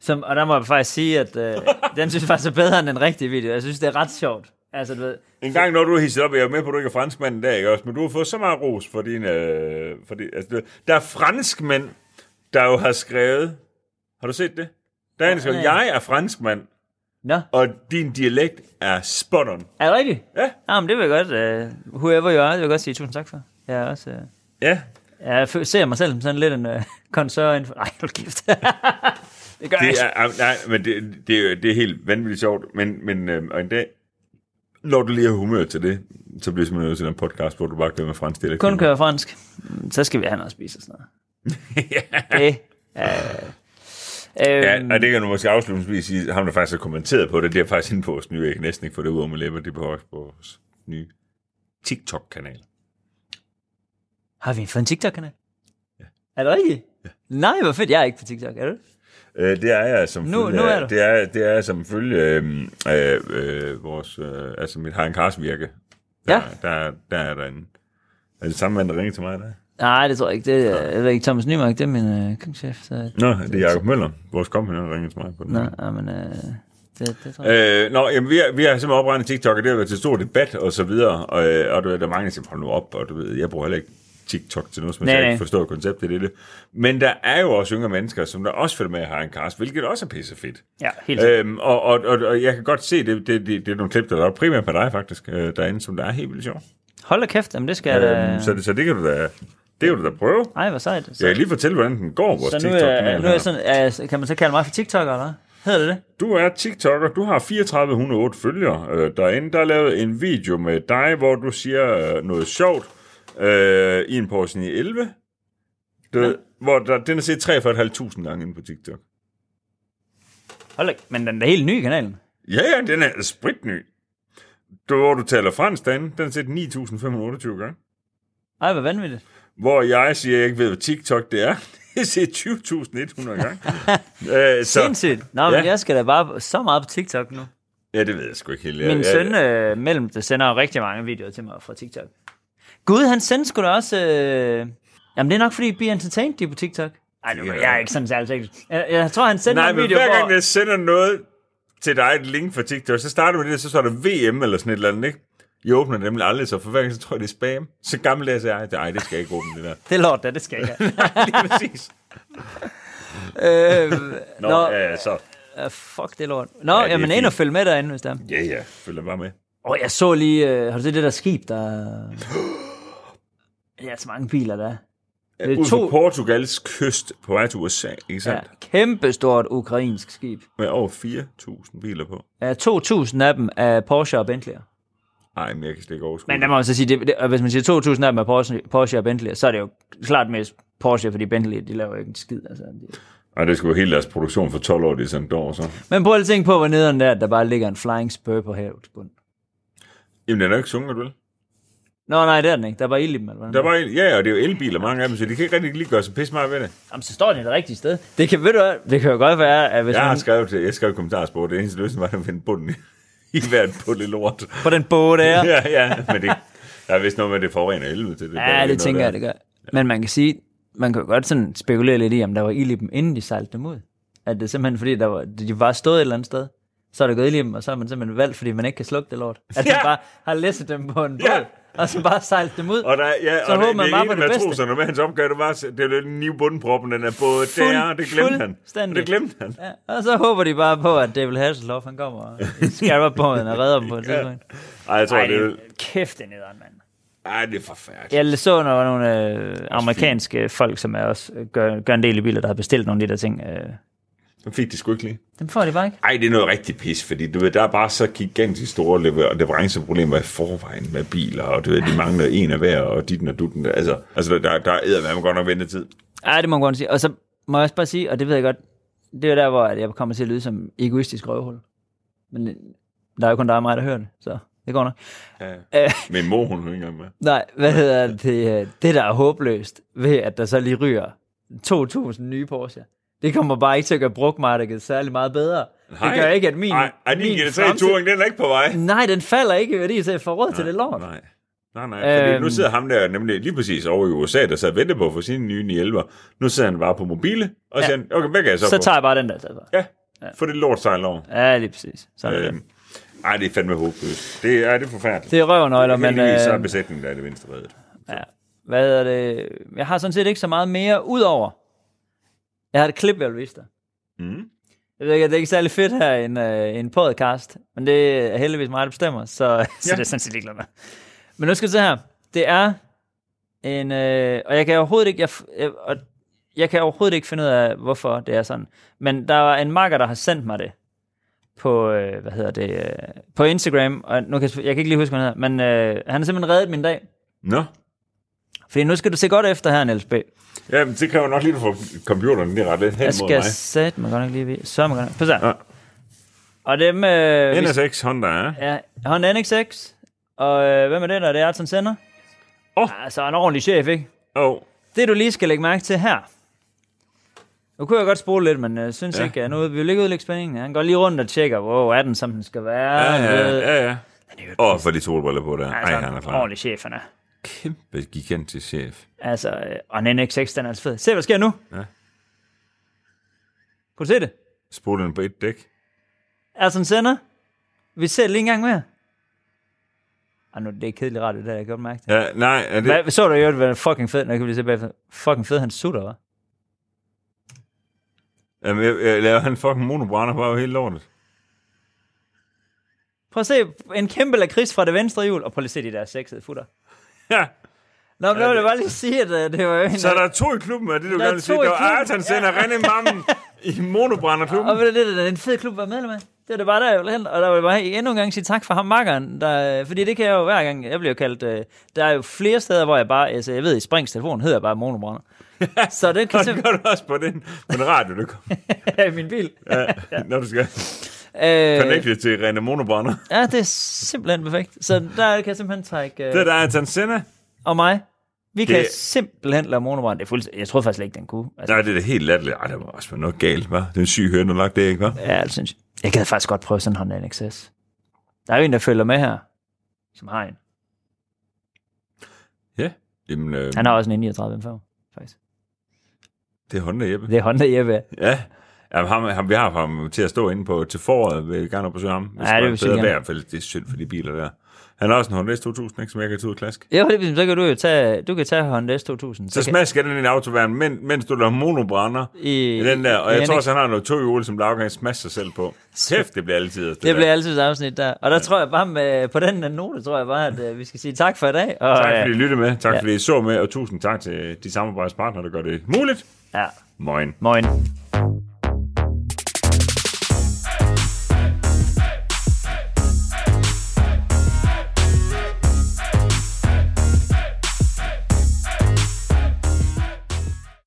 Speaker 2: som, og der må jeg faktisk sige, at øh, den synes jeg faktisk er bedre end den rigtige video. Jeg synes, det er ret sjovt. Altså, du ved,
Speaker 1: En gang, når du er hisset op, jeg er med på, at du ikke er franskmand i dag, ikke også? Men du har fået så meget ros for din... Øh, for din altså, det- der er franskmænd, der jo har skrevet... Har du set det? Der er en, der skriver, jeg er franskmand,
Speaker 2: nå,
Speaker 1: og din dialekt er spot on.
Speaker 2: er det rigtigt?
Speaker 1: Ja.
Speaker 2: Ja, men det vil jeg godt, øh, whoever you are, det vil jeg godt sige tusind tak for. Jeg er også... Øh,
Speaker 1: Ja,
Speaker 2: jeg fø- ser mig selv som sådan lidt en øh, koncern. inden for- Ej, hold kæft. det gør jeg
Speaker 1: det
Speaker 2: ikke.
Speaker 1: er, ah, nej, men det, det, er, jo- det er helt vanvittigt sjovt, men, men øh, og en dag, når du lige har humør til det, så bliver du simpelthen nødt til en podcast, hvor du bare kører med fransk dialekt.
Speaker 2: Kun kører fransk. Mm, Så skal vi have noget at spise og sådan noget. ja. Det, øh,
Speaker 1: Ja,
Speaker 2: øhm,
Speaker 1: og det kan du måske afslutningsvis sige, ham der faktisk har kommenteret på det, det er faktisk inde på vores nye, jeg kan næsten ikke få det ud af min læber, det er på vores- på vores nye TikTok-kanal.
Speaker 2: Har vi fået en TikTok-kanal? Ja. Er det rigtigt? Ja. Nej, hvor fedt. Jeg er ikke på TikTok, er du?
Speaker 1: Øh, det er jeg som
Speaker 2: Nu-
Speaker 1: følge,
Speaker 2: nu er
Speaker 1: af-
Speaker 2: du.
Speaker 1: det er, det er jeg som følge øh, øh, øh, vores, øh, altså mit Hein Kars virke. Der,
Speaker 2: Ja.
Speaker 1: der, der er der en, er det samme mand, der ringer til mig der?
Speaker 2: Nej, det tror jeg ikke. Det er, jeg ved ikke, Thomas Nymark, det er min øh, køkkenchef. Så...
Speaker 1: Nå, det er Jacob Møller, vores kompagnon, der ringer til mig på den.
Speaker 2: Nå, ja, men øh, det, det tror jeg.
Speaker 1: Øh, nå, jamen, vi, har, vi har simpelthen oprettet TikTok, og det har været til stor debat og så videre, og, øh, og du ved, der er mange, der siger, hold nu op, og du ved, jeg bruger heller ikke TikTok til noget, som
Speaker 2: Nej,
Speaker 1: jeg
Speaker 2: nej.
Speaker 1: ikke forstår konceptet i det. Men der er jo også yngre mennesker, som der også følger med i Harry Cast, hvilket også er pisse fedt.
Speaker 2: Ja, helt sikkert.
Speaker 1: Øhm, og, og, og, og, jeg kan godt se, det, det, det, det er nogle klip, der er lavet primært på dig faktisk, øh, derinde, som der er helt vildt sjovt.
Speaker 2: Hold da kæft, jamen, det skal jeg da...
Speaker 1: Øhm, så, det, så det kan du da, det kan du da prøve.
Speaker 2: Ej, hvor sejt. Øh. Så,
Speaker 1: Jeg kan lige fortælle, hvordan den går, vores
Speaker 2: så nu, er,
Speaker 1: TikTok-kanal.
Speaker 2: nu er
Speaker 1: her.
Speaker 2: jeg sådan, øh, kan man så kalde mig for TikToker, eller hvad? Hedder det det?
Speaker 1: Du er TikToker, du har 3408 følgere øh, derinde. Der er lavet en video med dig, hvor du siger øh, noget sjovt øh, i en portion i 11. Du, ja. Hvor der, den er set 43.500 gange inde på TikTok.
Speaker 2: Hold da, men den er helt ny, kanalen.
Speaker 1: Ja, ja, den er spritny. Du, hvor du taler fransk derinde, den er set 9.528 gange.
Speaker 2: Ej, hvor vanvittigt.
Speaker 1: Hvor jeg siger, at jeg ikke ved, hvad TikTok det er. Det er set 20.100 gange. øh, så,
Speaker 2: Sindssygt. Nå, men
Speaker 1: Ja.
Speaker 2: jeg skal da bare så meget på TikTok nu.
Speaker 1: ja, det ved jeg sgu ikke helt. Jeg-
Speaker 2: Min
Speaker 1: jeg-
Speaker 2: søn øh, mellem det sender jo rigtig mange videoer til mig fra TikTok. Gud, han sendte sgu da også... Øh... Jamen, det er nok, fordi Be Entertained, de er på TikTok. Ej, nu,
Speaker 1: Ja.
Speaker 2: jeg er ikke sådan særlig teknisk. Jeg, jeg tror, han sendte mig
Speaker 1: Nej,
Speaker 2: en
Speaker 1: men
Speaker 2: video,
Speaker 1: hver gang
Speaker 2: hvor...
Speaker 1: jeg sender noget til dig, et link fra TikTok, så starter med det, så står der VM eller sådan et eller andet, ikke? Jeg åbner det nemlig aldrig, så for hver gang, så tror jeg, det er spam. Så gammel er jeg, nej, det skal jeg ikke åbne det der.
Speaker 2: Det er lort, da, det skal jeg ikke.
Speaker 1: Lige præcis.
Speaker 2: have. øh,
Speaker 1: Nå,
Speaker 2: nå,
Speaker 1: Nå. Ja, så.
Speaker 2: øh, fuck, det er lort. Nå,
Speaker 1: det
Speaker 2: ja,
Speaker 1: er
Speaker 2: jamen, ind
Speaker 1: fint.
Speaker 2: og følg med derinde, hvis der.
Speaker 1: Ja, ja, følger bare med.
Speaker 2: Åh, oh, jeg så lige... Øh, har du set det der skib, der... Ja, så mange biler, der er. Det er
Speaker 1: Ud
Speaker 2: to...
Speaker 1: på Portugals kyst på vej til USA, ikke
Speaker 2: Ja,
Speaker 1: sandt? Ja.
Speaker 2: kæmpestort ukrainsk skib.
Speaker 1: Med over 4.000 biler på.
Speaker 2: Ja, 2.000 af dem er Porsche og Bentley'er.
Speaker 1: Ej, men jeg kan slet ikke overskue
Speaker 2: Men der
Speaker 1: det.
Speaker 2: må man så sige, det, det, og hvis man siger 2.000 af dem er Porsche, Porsche og Bentley, så er det jo klart mest Porsche, fordi Bentley, de laver jo ikke en skid. Altså.
Speaker 1: Ej, det skulle jo hele deres produktion for 12 år, det er sådan et år, så.
Speaker 2: Men prøv lige at tænke på, hvor nederen der, der bare ligger en flying spur på havet. Bund.
Speaker 1: Jamen, den er jo ikke sunget, vel?
Speaker 2: Nå nej, det er den ikke. Der er bare ild i dem. Eller
Speaker 1: Der
Speaker 2: der...
Speaker 1: var en, ja, og det er jo elbiler, mange af dem, så de kan ikke rigtig lige gøre sig pisse meget ved det.
Speaker 2: Jamen, så står den det rigtige sted. Det kan, ved du, hvad, det kan jo godt være, at hvis
Speaker 1: Jeg har
Speaker 2: man
Speaker 1: skrevet til, jeg skrev kommentarspor, det eneste løsning var at finde bunden i, i hvert pulle lort.
Speaker 2: på den båd der...
Speaker 1: ja, ja, men det, der er vist noget med, at det forurener helvede til det. Der er ikke
Speaker 2: ja, det
Speaker 1: noget
Speaker 2: tænker jeg,
Speaker 1: der.
Speaker 2: det gør. Men man kan sige, man kan jo godt sådan spekulere lidt i, om der var ild i dem, inden de sejlede dem ud. At det er simpelthen fordi, der var, de var stået et eller andet sted. Så er der gået ild i dem, og så har man simpelthen valgt, fordi man ikke kan slukke det lort. At man
Speaker 1: Ja.
Speaker 2: bare har læsset dem på en båd,
Speaker 1: Ja.
Speaker 2: og så bare sejlet dem ud.
Speaker 1: Og der, ja,
Speaker 2: Så
Speaker 1: og
Speaker 2: håber
Speaker 1: det,
Speaker 2: man
Speaker 1: det
Speaker 2: bare
Speaker 1: ene
Speaker 2: på det
Speaker 1: med
Speaker 2: bedste.
Speaker 1: troserne med hans opgave, det var, at det var den nye bundproppen, den er både
Speaker 2: Fuld-
Speaker 1: der, og det glemte han. Og
Speaker 2: fuldstændig.
Speaker 1: det glemte han.
Speaker 2: Ja, og så håber de bare på, at David Hasselhoff, han kommer og skærper på den og redder dem på et tidspunkt.
Speaker 1: Ej, jeg tror,
Speaker 2: Ej,
Speaker 1: Ej, det,
Speaker 2: det er
Speaker 1: er-
Speaker 2: kæft, det er nederen, mand.
Speaker 1: ej, det er forfærdeligt.
Speaker 2: Jeg så, når der var nogle øh, amerikanske folk, som er også øh, gør, gør en del i biler, der har bestilt nogle af de der ting. Øh,
Speaker 1: Nu fik de sgu ikke lige.
Speaker 2: dem får de bare ikke.
Speaker 1: Ej, det er noget rigtig pis, fordi du ved, der er bare så gigantisk store lever- leveranceproblemer i forvejen med biler, og du ved, de mangler en af hver, og dit og dutten. Altså, altså der, der er eddermame godt nok ventetid.
Speaker 2: Ej, det må man godt sige. Og så må jeg også bare sige, og det ved jeg godt, det er jo der, hvor at jeg kommer til at lyde som egoistisk røvhul. Men øh, der er jo kun dig og mig, der hører det, så det går nok. Øh,
Speaker 1: Ja. Min mor, hun er ikke engang med.
Speaker 2: Nej, hvad hedder det? øh, Det, der er håbløst ved, at der så lige ryger 2.000 nye Porsche. Det kommer bare ikke til at gøre brugmarkedet særlig meget bedre.
Speaker 1: Nej.
Speaker 2: gør ikke, at min-
Speaker 1: Nej, ej, din
Speaker 2: min
Speaker 1: GT3
Speaker 2: fremtid-
Speaker 1: Touring, den er ikke på vej.
Speaker 2: Nej, den falder ikke i værdi til foråret til det lort.
Speaker 1: Nej. Nej, nej, fordi
Speaker 2: Øhm.
Speaker 1: nu sidder ham der nemlig lige præcis over i USA, der sad og ventede på at få sin nye 911. Nu sidder han bare på mobile, og ja. siger, han, okay, hvad kan jeg så,
Speaker 2: Så
Speaker 1: få?
Speaker 2: tager jeg bare den der i stedet for.
Speaker 1: Ja, få det lort sejl over.
Speaker 2: Ja, lige præcis. Sådan er det.
Speaker 1: Øhm, ej, det er fandme håbløst. Det er, det er forfærdeligt.
Speaker 2: Det er røvnøgler, men...
Speaker 1: Heldigvis så er
Speaker 2: øh,
Speaker 1: besætningen der er det mindste reddet.
Speaker 2: ja. Hvad er det? Jeg har sådan set ikke så meget mere, udover... Jeg har et klip, jeg vil vise dig.
Speaker 1: Mm.
Speaker 2: Jeg ved ikke, det er ikke særlig fedt her i en, øh, en podcast, men det er heldigvis mig, der bestemmer, så, ja. så det er sådan set ligeglad med. Men nu skal du se her. Det er en... Øh, og jeg kan overhovedet ikke... Jeg, f- jeg, og jeg kan overhovedet ikke finde ud af, hvorfor det er sådan. Men der er en makker, der har sendt mig det på, øh, hvad hedder det, øh, på Instagram, og nu kan, jeg, jeg kan ikke lige huske, hvad han hedder, men øh, han har simpelthen reddet min dag.
Speaker 1: Nå,
Speaker 2: Fordi nu skal du se godt efter her, Niels B.
Speaker 1: Jamen, det kræver nok lige, at du får computeren lige ret lidt hen
Speaker 2: Jeg
Speaker 1: mod mig.
Speaker 2: skal sætte mig godt nok lige ved. Så mig godt nok. Pas
Speaker 1: Ja.
Speaker 2: ja. Og dem... Øh, vi-
Speaker 1: NSX Honda, ja.
Speaker 2: Ja, Honda NX6. Og øh, hvem er det, der det er, som sender?
Speaker 1: Åh.
Speaker 2: Altså, en ordentlig chef, ikke?
Speaker 1: Åh, oh,
Speaker 2: Det, du lige skal lægge mærke til her. Nu kunne jeg godt spole lidt, men jeg synes
Speaker 1: Ja.
Speaker 2: ja. ikke, at nu vi vil ikke udlægge spændingen. Han går lige rundt og tjekker, wow, er den, som den skal være?
Speaker 1: ja,
Speaker 2: Du ved.
Speaker 1: ja, ja, ja.
Speaker 2: øh, er jo-
Speaker 1: Åh, for de solbriller på der.
Speaker 2: Altså,
Speaker 1: Ej, han er
Speaker 2: en
Speaker 1: klar.
Speaker 2: ordentlig chef, han er.
Speaker 1: Kæmpe gigantisk chef.
Speaker 2: Altså, øh, og en NX6, den er altså fed. Se, hvad der sker nu.
Speaker 1: Ja.
Speaker 2: Kunne du se det?
Speaker 1: Spolen på et dæk.
Speaker 2: Er som Altså, sender? Vi ser det lige en gang mere. Ej, nu det er kedeligt radio, det har jeg godt mærke.
Speaker 1: Ja, nej, er det...
Speaker 2: Hvad, så du i øvrigt, hvad fucking fed, når kan vi lige se bagefter. Fucking fed, han sutter, hva'?
Speaker 1: Jamen, jeg, jeg laver han fucking monobrænder bare hele lortet.
Speaker 2: Prøv at se en kæmpe lakrids fra det venstre hjul, og prøv lige at se de der sexede futter.
Speaker 1: Ja,
Speaker 2: Nå, men ja, det vil jeg bare lige sige, at øh, det var jo en...
Speaker 1: så der er to i klubben, er det, du
Speaker 2: Der er
Speaker 1: gerne vil sige.
Speaker 2: to i
Speaker 1: Der var
Speaker 2: klubben.
Speaker 1: Ayrton sender ja. René Mammen i
Speaker 2: øh, Og
Speaker 1: monobrænderklubben.
Speaker 2: ved du, det, det, det er en fed klub at være medlem af. Det er det bare der, jeg vil hen. Og der vil jeg bare endnu en gang sige tak for ham, makkeren. Der, øh, fordi det kan jeg jo hver gang, jeg bliver jo kaldt... Øh, der er jo flere steder, hvor jeg bare... Altså, jeg ved, i Springs telefon hedder jeg bare monobrænder. så det kan
Speaker 1: Og det
Speaker 2: simpelthen
Speaker 1: gør du også på den, på den radio, du kommer.
Speaker 2: være i min bil.
Speaker 1: Ja, når du skal
Speaker 2: Øh,
Speaker 1: connecte til René Monobrænder.
Speaker 2: ja, det er simpelthen perfekt. Så der kan jeg simpelthen trække... Øh,
Speaker 1: Det er der Ayrton sender.
Speaker 2: og mig. Vi kan
Speaker 1: Det-
Speaker 2: simpelthen lave monobrænd. Det er fuldstændig... Jeg troede faktisk slet ikke, den kunne. Altså,
Speaker 1: Nej, det er da helt latterligt. Ej, der var også noget galt, hva'? Det er en syg høn, der lagt det, ikke, hva'?
Speaker 2: Ja, det synes jeg. Jeg gad faktisk godt prøve sådan en Honda NXS. Der er jo en, der følger med her, som har en.
Speaker 1: Ja. Jamen, øh,
Speaker 2: Han har også en 39 faktisk.
Speaker 1: det er Honda, Jeppe.
Speaker 2: Det er Honda Jeppe.
Speaker 1: Ja. Jamen, ham, ham, vi har haft ham til at stå inde på til foråret. Vil jeg gerne op og besøge ham. Hvis
Speaker 2: Ja, det
Speaker 1: var
Speaker 2: vil vi
Speaker 1: bedre
Speaker 2: sikkert gerne.
Speaker 1: vejr, for det er synd for de biler der. Han har også en Honda S2000, ikke, som jeg kan tage ud og klask.
Speaker 2: Jo, det er ligesom, så kan du jo tage, du kan tage Honda S2000.
Speaker 1: Så
Speaker 2: kan,
Speaker 1: smasker den ind i autoværnen, men, mens du laver monobrænder
Speaker 2: i,
Speaker 1: i den der. Og
Speaker 2: i
Speaker 1: jeg tror
Speaker 2: NX.
Speaker 1: også, han har noget tohjul, som Laura kan smaske sig selv på. Kæft, det bliver altid. Det,
Speaker 2: det bliver altid et afsnit der. Og der tror jeg bare, med, på den note, tror jeg bare, at øh, vi skal sige tak for i dag. Og,
Speaker 1: Tak fordi
Speaker 2: øh,
Speaker 1: I lyttede med. Tak
Speaker 2: Ja.
Speaker 1: fordi I så med. Og tusind tak til de samarbejdspartnere, der gør det muligt.
Speaker 2: øh, Ja,
Speaker 1: Moin.
Speaker 2: moin.